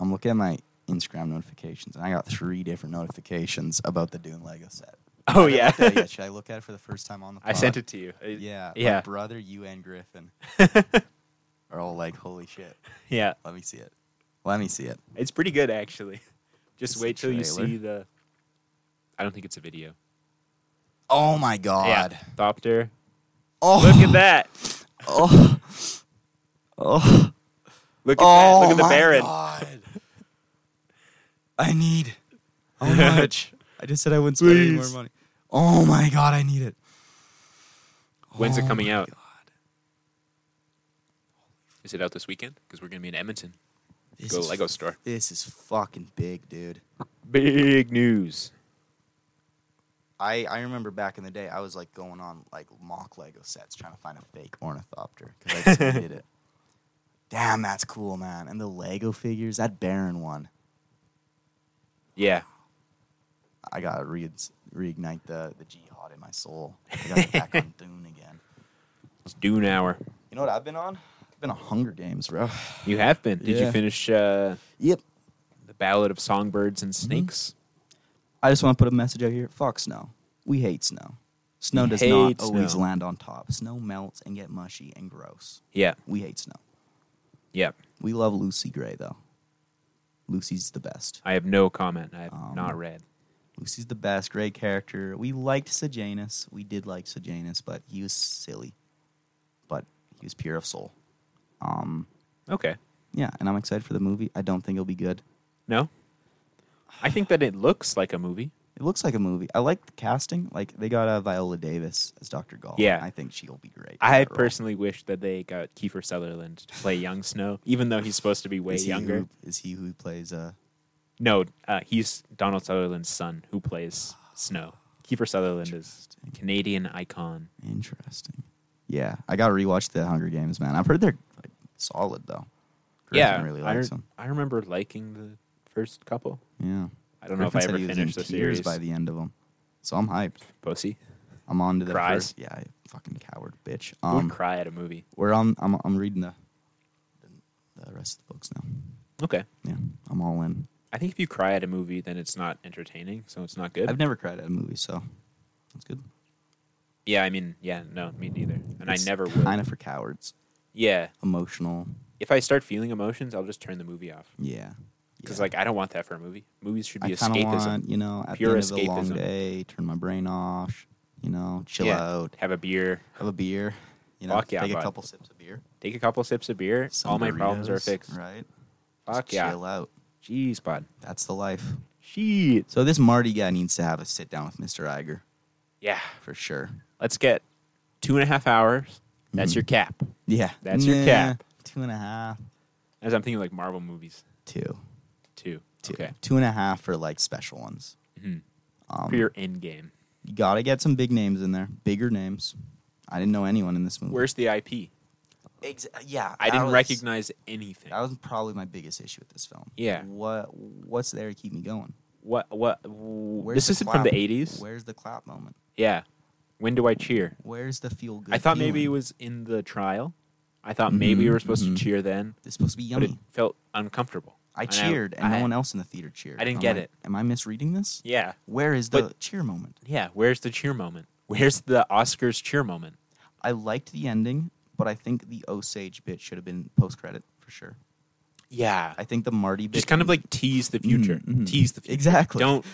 I'm looking at my Instagram notifications and I got three different notifications about the Dune Lego set.
Oh,
I haven't
yeah.
[laughs] looked at it yet. Should I look at it for the first time on the?
I
pod?
sent it to you. It-
Yeah, My
Yeah.
brother, you and
[laughs]
Griffin are all like, "Holy shit!
yeah.
Let me see it. Let me see it."
It's pretty good actually. [laughs] Just
It's a
wait till you
trailer.
see the I don't think it's a video.
Oh my god!
Yeah. Thopter.
Oh,
Look at that.
Oh, [laughs] oh.
Look at that. Look at the
my
Baron.
God. [laughs] I need
[laughs]
how much? I just said I wouldn't spend any more
Please.
money. Oh my god, I need it.
When's it
Oh
coming
my
out?
God.
Is it out this weekend? Because we're gonna be in Edmonton.
This
Go
is-
Lego store.
This is fucking big, dude.
Big news.
I, I remember back in the day, I was like going on like mock Lego sets trying to find a fake ornithopter because I just needed it. [laughs] Damn, that's cool, man. And the Lego figures, that Baron one.
Yeah.
I gotta re- reignite the the jihad in my soul. I gotta get
[laughs]
back on Dune again.
It's Dune hour.
You know what I've been on? I've been on Hunger Games, bro.
You have been. Did
Yeah.
you finish uh
Yep.
The Ballad of Songbirds
Mm-hmm.
and Snakes.
I just want to put a message out here. Fuck snow. We hate snow. Snow
We
does not
hate
always
snow.
land on top. Snow melts and get mushy and gross.
Yeah,
We hate snow.
yeah.
We love Lucy Gray though. Lucy's the best.
I have no comment. I have
Um,
not read.
Lucy's the best. Great character. We liked Sejanus. We did like Sejanus, but he was silly. But he was pure of soul. Um,
Okay.
yeah, and I'm excited for the movie. I don't think it'll be good.
No? I think that it looks like a movie.
It looks like a movie. I like the casting. Like they got uh, Viola Davis as Dr. Gall.
Yeah.
I think she'll be great. in
I
that role.
personally wish that they got Kiefer Sutherland to play young Snow, even though he's supposed to be way
is he
younger.
Who, is he who plays? Uh,
No, uh, he's Donald Sutherland's son who plays Snow. Kiefer Sutherland is a Canadian icon.
interesting. Yeah, I gotta rewatch the Hunger Games, man. I've heard they're like, solid though. Griffin really
I,
likes
re-
them.
I remember liking the first couple.
Yeah,
I don't
Griffin
know if I
said
ever
he was
finished
in
the
tears
series.
by the end of them, so I'm hyped.
Posey,
I'm on to the
Cries?
first. Yeah, fucking coward, bitch.
who would
Um,
cry at a movie?
we're on. I'm I'm reading the the rest of the books now.
Okay,
Yeah, I'm all in.
I think if you cry at a movie, then it's not entertaining, so it's not good.
I've never cried at a movie, so that's good.
yeah, I mean, yeah, no, me neither, and I
It's
never will.
Kind of for cowards.
Yeah,
Emotional.
if I start feeling emotions, I'll just turn the movie off
Yeah.
because
yeah.
like I don't want that for a movie. Movies should
I
be
kind of
escapism.
want you know at
Pure
the end of a long
escapism.
day, turn my brain off. You know, chill
Yeah.
out,
Have a beer,
have a beer. You know,
Fuck yeah,
take a
bud.
couple sips of beer.
take a couple sips of beer.
some
all my problems are
burritos,
fixed.
Right. Just
Fuck yeah.
Chill out.
Jeez, bud.
That's the life.
Shit.
So this Marty guy needs to have a sit down with Mr. Iger
Yeah.
for sure.
Let's get two and a half hours. That's
Mhm.
your cap.
Yeah.
That's your cap.
Two and a half.
As I'm thinking like Marvel movies,
Two.
too.
Two.
Okay.
Two and a half for like special ones.
Mhm.
Um,
For your end game.
you gotta get some big names in there. Bigger names. I didn't know anyone in this movie.
Where's the IP?
Ex- yeah,
I
that
didn't
was-
recognize anything.
That was probably my biggest issue with this film.
Yeah.
What What's there to keep me going?
What? What?
Where's
this
the
isn't from
clap?
the 80s.
Where's the clap moment?
Yeah. When do I cheer?
Where's the feel good?
I thought maybe it
feeling?
was in the trial. I thought maybe we were supposed
mhm.
to cheer then,
it's supposed to be
but
yummy.
it felt uncomfortable.
I
And
cheered, and
I-
no one else in the theater cheered.
I didn't
I'm
get
like,
it.
Am I misreading this?
Yeah.
Where is the
But-
cheer moment?
Yeah. Where's the cheer moment? Where's the Oscars cheer moment?
I liked the ending, but I think the Osage bit should have been post credit for sure.
Yeah.
I think the Marty bit
just kind of like tease the future,
mhm.
tease the future.
Exactly. [laughs]
Don't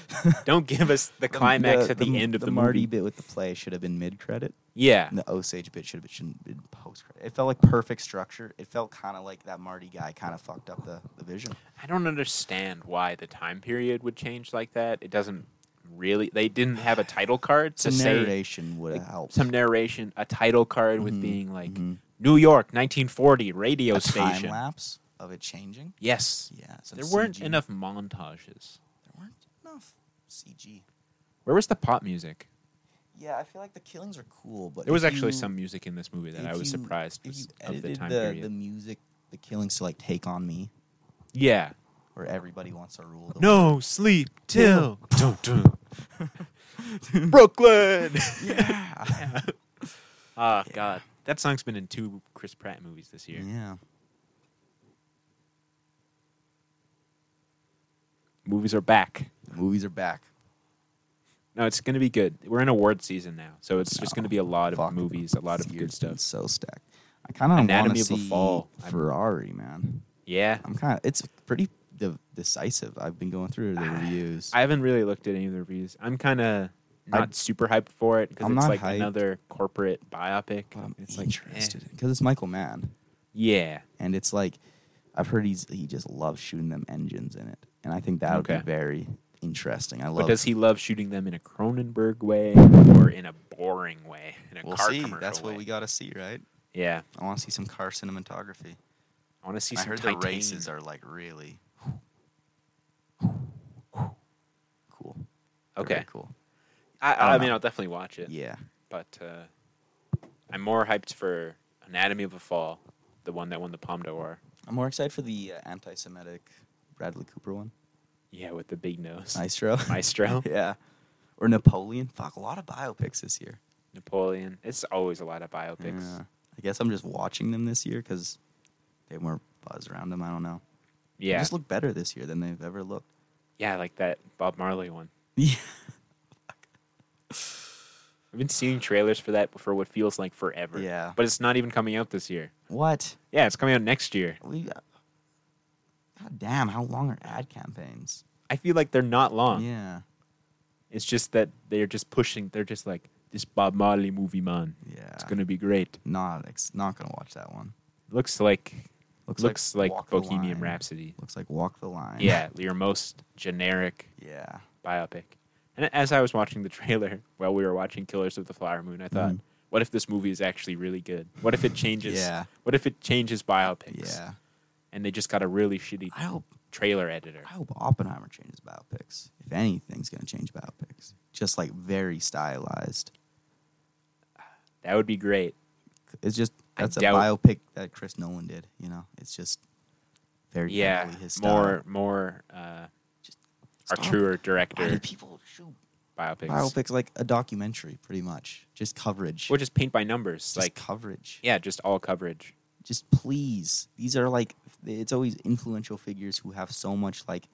don't give us the climax at the, end of the,
Marty
movie.
bit with the play should have been mid credit.
yeah,
And the Osage bit should have shouldn't have been post credit. It felt like perfect structure. It felt kind of like that Marty guy kind of fucked up the, the vision.
I don't understand why the time period would change like that. It doesn't really. They didn't have a title card to
Some
say
narration would have helped.
some narration, a title card with being like
mhm.
New York, 1940 radio
a time
station.
lapse of it changing.
Yes,
Yeah, some
there weren't
CG.
enough montages.
There weren't enough CG.
Where was the pop music?
Yeah, I feel like the killings are cool, but
There was
if
actually
you-
some music in this movie that I
if
was
you-
surprised
if you
was of the
edited
time
the,
period.
the music, the killings to like take on me, [laughs]
yeah,
where everybody wants to rule. The
No sleep till
[laughs]
Brooklyn.
yeah,
[laughs] Oh God, that song's been in two Chris Pratt movies this year.
yeah.
Movies are back.
The movies are back.
No, it's gonna be good. We're in award season now, so it's just gonna be a lot of
Fuck.
movies, a lot
This
of good
year's been
stuff.
So stacked. I kind of want
Anatomy
to
of a
see
Fall. I'm-
Ferrari, man.
Yeah,
I'm kind of. It's pretty de- decisive. I've been going through the reviews.
I haven't really looked at any of the reviews. I'm kind of
I-
not super hyped for it because
I'm
it's
not
like
hyped. Um,
another corporate biopic.
but I'm
it's
interested
Like, eh.
because it's Michael Mann,
Yeah,
and it's like I've heard he's he just loves shooting them engines in it, and I think that would
Okay.
be very interesting. I love.
but does he love shooting them in a Cronenberg way or in a boring way, in a
We'll
car
see.
commercial
That's
way?
what we got to see, right?
Yeah,
I want to see some car cinematography.
I want to see
I
some
heard the
titanium.
races are like really cool. They're
Okay.
very cool.
I,
I
I,
don't
mean,
know.
I'll definitely watch it.
Yeah.
But uh, I'm more hyped for Anatomy of a Fall, the one that won the Palme d'Or.
I'm more excited for the uh, anti-Semitic Bradley Cooper one.
Yeah, with the big nose.
Maestro.
[laughs] Maestro.
[laughs] yeah. Or Napoleon. Fuck, a lot of biopics this year.
Napoleon. It's always a lot of biopics.
Yeah. I guess I'm just watching them this year because they have more buzz around them. I don't know. They
Yeah.
just look better this year than they've ever
[laughs]
looked.
yeah, like that Bob Marley one.
Yeah.
I've been seeing trailers for that for what feels like forever.
Yeah.
But it's not even coming out this year.
What?
Yeah, it's coming out next year.
We. God damn, how long are ad campaigns?
I feel like they're not long.
Yeah.
It's just that they're just pushing. They're just like this Bob Marley movie, man.
Yeah.
It's gonna be great.
not ex- not gonna watch that one.
Looks like
Looks
looks,
like
like,
Walk the
Bohemian
Line. [laughs]
Rhapsody.
Looks like Walk the Line.
Yeah, your most generic
[laughs] Yeah.
biopic. And as I was watching the [laughs] trailer while we were watching Killers of the Flower Moon, I thought,
Mhm.
what if this movie is actually really good? What if it changes?
Yeah.
What if it changes biopics?
Yeah.
And they just got a really shitty
I hope
trailer editor.
I hope Oppenheimer changes biopics. If anything's gonna change biopics, just like very stylized.
That would be great.
It's just
I
that's a
doubt-
biopic that Chris Nolan did. You know, it's just very
yeah.
heavily his style.
More more uh our
Stop.
truer
Why
director
do people shoot
biopics.
biopics like a documentary, pretty much? Just coverage.
Or just paint by numbers.
just
like
coverage.
yeah, just all coverage.
just please these are like it's always influential figures who have so much like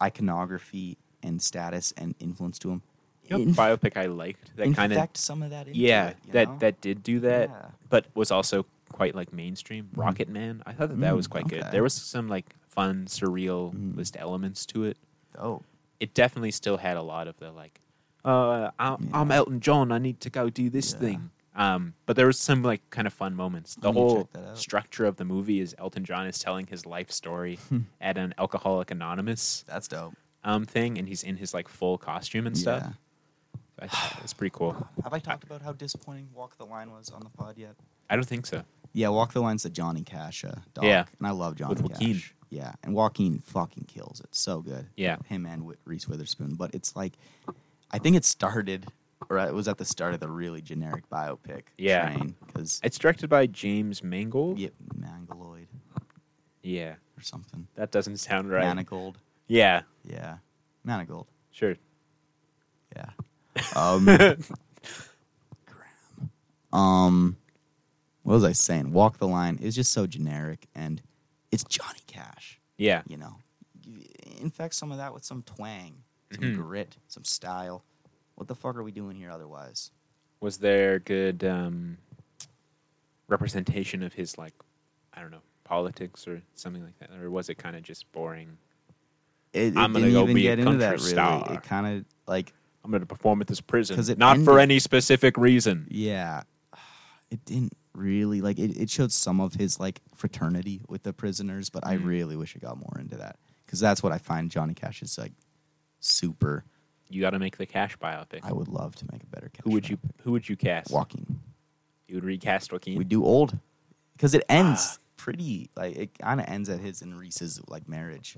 iconography and status and influence to them
You know, biopic I liked that kind of
infect some of that into
yeah
it, you
that
know?
that did do that,
Yeah.
but was also quite like mainstream. Rocket Man, I thought that that was
Mm,
quite
okay.
good. There was some like fun surreal
Mm.
list elements to it.
oh
It definitely still had a lot of the like, uh, I'm,
Yeah.
I'm Elton John. I need to go do this
Yeah.
thing. Um, but there was some like kind of fun moments. The
I'm gonna
whole
check that out.
structure of the movie is Elton John is telling his life story
Hmm.
at an Alcoholic Anonymous
that's dope
um thing, and he's in his like full costume and stuff.
Yeah.
I thought that was pretty cool.
have i talked about how disappointing walk the line was on the pod yet
I don't think so.
yeah walk the line's the johnny cash uh, doc,
Yeah.
and i love johnny
With Joaquin.
cash yeah and joaquin fucking kills it so good
Yeah.
him and Whit- reese witherspoon but it's like i think it started or it was at the start of the really generic biopic
Yeah.
because
It's directed by James Mangold.
Yep, Mangaloid
Yeah,
or something.
that doesn't sound right.
Manigold.
Yeah,
Yeah. Manigold.
sure.
Yeah.
[laughs]
Um, Graham. Um, what was I saying? Walk the line is just so generic, and it's Johnny Cash.
Yeah,
You know, You infect some of that with some twang, some
Mhm.
grit, some style. What the fuck are we doing here otherwise?
was there good um, representation of his like, I don't know, politics or something like that, or was it kind of just boring?
It, it
I'm gonna
didn't
go
even
be a
get into that
country
really.
star.
It kind of like
I'm going to perform at this prison,
'Cause it
not for
ended-
any specific reason.
Yeah. [sighs] It didn't really like it, it showed some of his like fraternity with the prisoners, but I
Mm.
really wish it got more into that. Because that's what I find Johnny Cash is like super.
You got to make the cash biopic.
I would love to make a better Cash.
who would you Who would you cast?
walking?
You would recast Joaquin.
We do old. Because it ends
Ah.
pretty like it kinda ends at his and Reese's like marriage.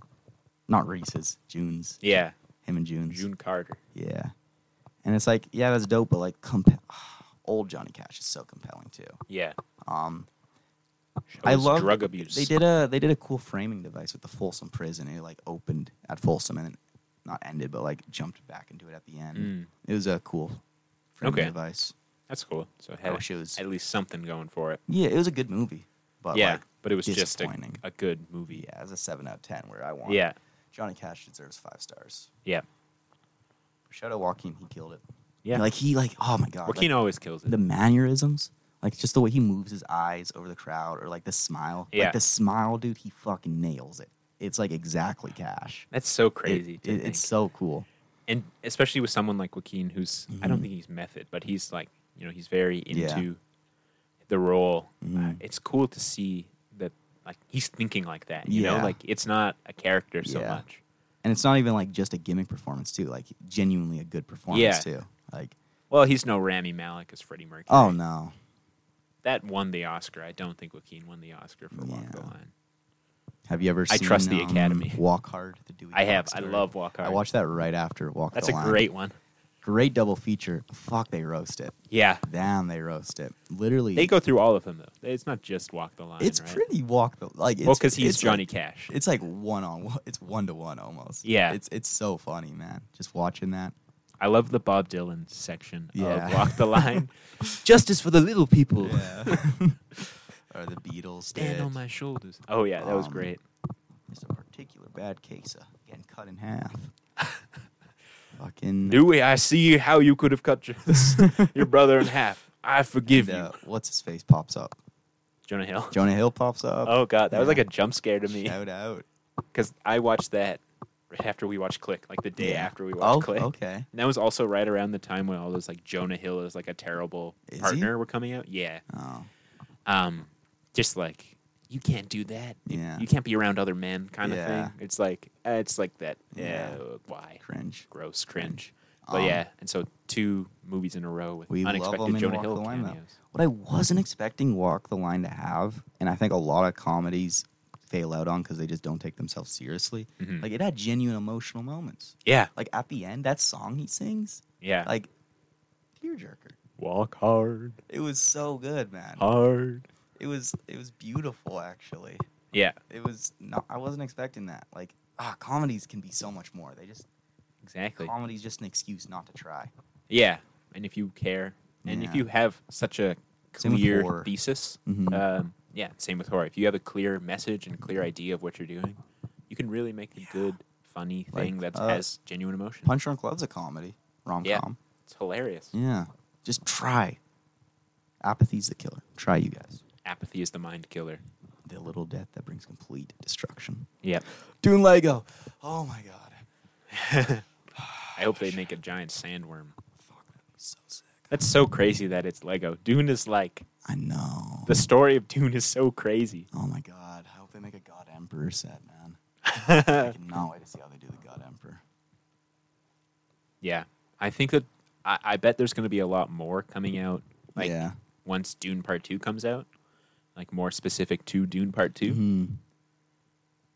Not Reese's, June's.
yeah,
Him and June's.
June Carter.
Yeah. And it's like, yeah, that's dope, but like compa- [sighs] old Johnny Cash is so compelling too.
Yeah,
Um I
I love
love-
Oh, drug abuse.
They did a they did a cool framing device with the Folsom prison. It like opened at Folsom and then not ended, but like jumped back into it at the end.
Mm.
It was a cool framing
Okay.
device.
That's cool. So it
I
had
wish it was.
at least something going for it.
Yeah, it was a good movie, but
yeah,
like,
but it was just a,
disappointing.
a good movie.
yeah, as a seven out of ten, where I want.
Yeah,
Johnny Cash deserves five stars.
yeah,
Shout out Joaquin, he killed it.
yeah.
like he like oh my god,
Joaquin
like,
always kills it.
the mannerisms. Like just the way he moves his eyes over the crowd, or like the smile.
Yeah.
Like the smile, dude, he fucking nails it. It's like exactly Cash.
That's so
It-
crazy. to
it-
think.
it's so cool.
and especially with someone like Joaquin, who's I
Mhm.
don't think he's method, but he's like you know he's very
Yeah.
into the role. Uh,
Mhm.
it's cool to see that like he's thinking like that. You
Yeah.
know, like it's not a character so
Yeah.
much.
and it's not even like just a gimmick performance too like genuinely a good performance
Yeah.
too like
Well, he's no Rami Malik as Freddie Mercury.
oh no
that won the Oscar. I don't think Joaquin won the Oscar for Walk the
Yeah.
Line.
have you ever
I
seen,
trust the
um,
Academy.
walk hard the Dewey
I have.
Cox
I
story?
love Walk Hard.
i watched that right after walk
That's
the
a
Line.
great one.
great double feature fuck they roast it
Yeah,
damn they roast it literally
They go through all of them though. It's not just Walk the Line.
it's
right?
pretty walk the like it's,
well because he's
it's
Johnny
like,
Cash.
it's like one on one it's one to one almost
Yeah.
it's it's so funny man just watching that
I love the Bob Dylan section
Yeah.
of
[laughs]
Walk the Line. Justice for the little people. [laughs]
or the beatles
Stand
did.
on my shoulders. Oh yeah, that was
Um,
great.
It's a particular bad case of getting cut in half.
[laughs]
[laughs] Fucking
Dewey, I see how you could
[laughs]
have cut your, your brother in half. I forgive
the-
you.
what's his face pops up.
Jonah Hill.
Jonah Hill pops up.
[laughs] Oh god, that was
Yeah.
like a jump scare to me.
Shout out.
because I watched that right after we watched Click, like the day
Yeah.
after we watched
Oh,
Click.
okay.
And that was also right around the time when all those like Jonah Hill is like a terrible
Is he?
partner were coming out. Yeah.
Oh,
Um, just like you can't do that. You-
Yeah.
You can't be around other men kind of
Yeah.
thing. It's like uh, it's like that. Yeah.
Yeah.
Why?
cringe.
Gross. Cringe. But
Um,
yeah, and so two movies in a row with
We
unexpected
love them in
Jonah
Walk
Hill
the Line, though.
cameos.
What I wasn't expecting Walk the Line to have, and I think a lot of comedies fail out on because they just don't take themselves seriously.
Mhm.
Like it had genuine emotional moments.
Yeah.
Like at the end, that song he sings,
Yeah.
like tearjerker.
walk hard,
It was so good, man.
Oh. hard.
It was it was beautiful actually.
Yeah.
It was not I wasn't expecting that. Like ah, comedies can be so much more. They just
Exactly.
comedy's just an excuse not to try.
Yeah, and if you care, and if
Yeah.
you have such a
Same with
clear
horror.
thesis,
Mhm.
um, yeah, same with horror. If you have a clear message and clear idea of what you're doing, you can really make a good, funny
Like,
thing that
uh,
has genuine emotion.
Punch Drunk Love's a comedy rom
Yeah.
com.
It's hilarious.
Yeah, just try. Apathy's the killer. Try you guys.
Apathy is the mind killer.
The little death that brings complete destruction.
Yeah,
Dune Lego. Oh my god.
I hope they make a giant sandworm.
Fuck, that'd be so sick.
That's so crazy that it's Lego. Dune is like
I know.
the story of Dune is so crazy.
oh my god. I hope they make a God Emperor set, [laughs] man. I
yeah,
cannot wait to see how they do the God Emperor.
I think that I, I bet there's going to be a lot more coming out. Like
yeah.
once Dune Part Two comes out, like more specific to Dune Part 2
Mhm.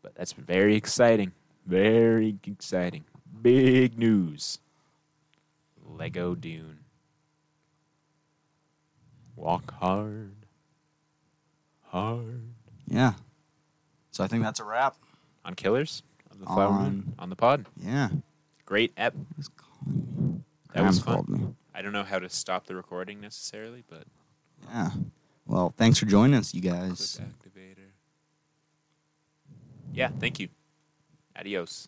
But that's very exciting, very exciting, big news. Lego Dune. Walk hard, hard
Yeah. So I think that's a wrap.
on Killers of the Flower Moon on the pod.
Yeah.
Great ep.
Who's calling me?
That was
Graham
fun.
called me.
I don't know how to stop the recording necessarily, but
Yeah. Well, thanks for joining us, you
click
guys.
activator. Yeah, thank you. Adios.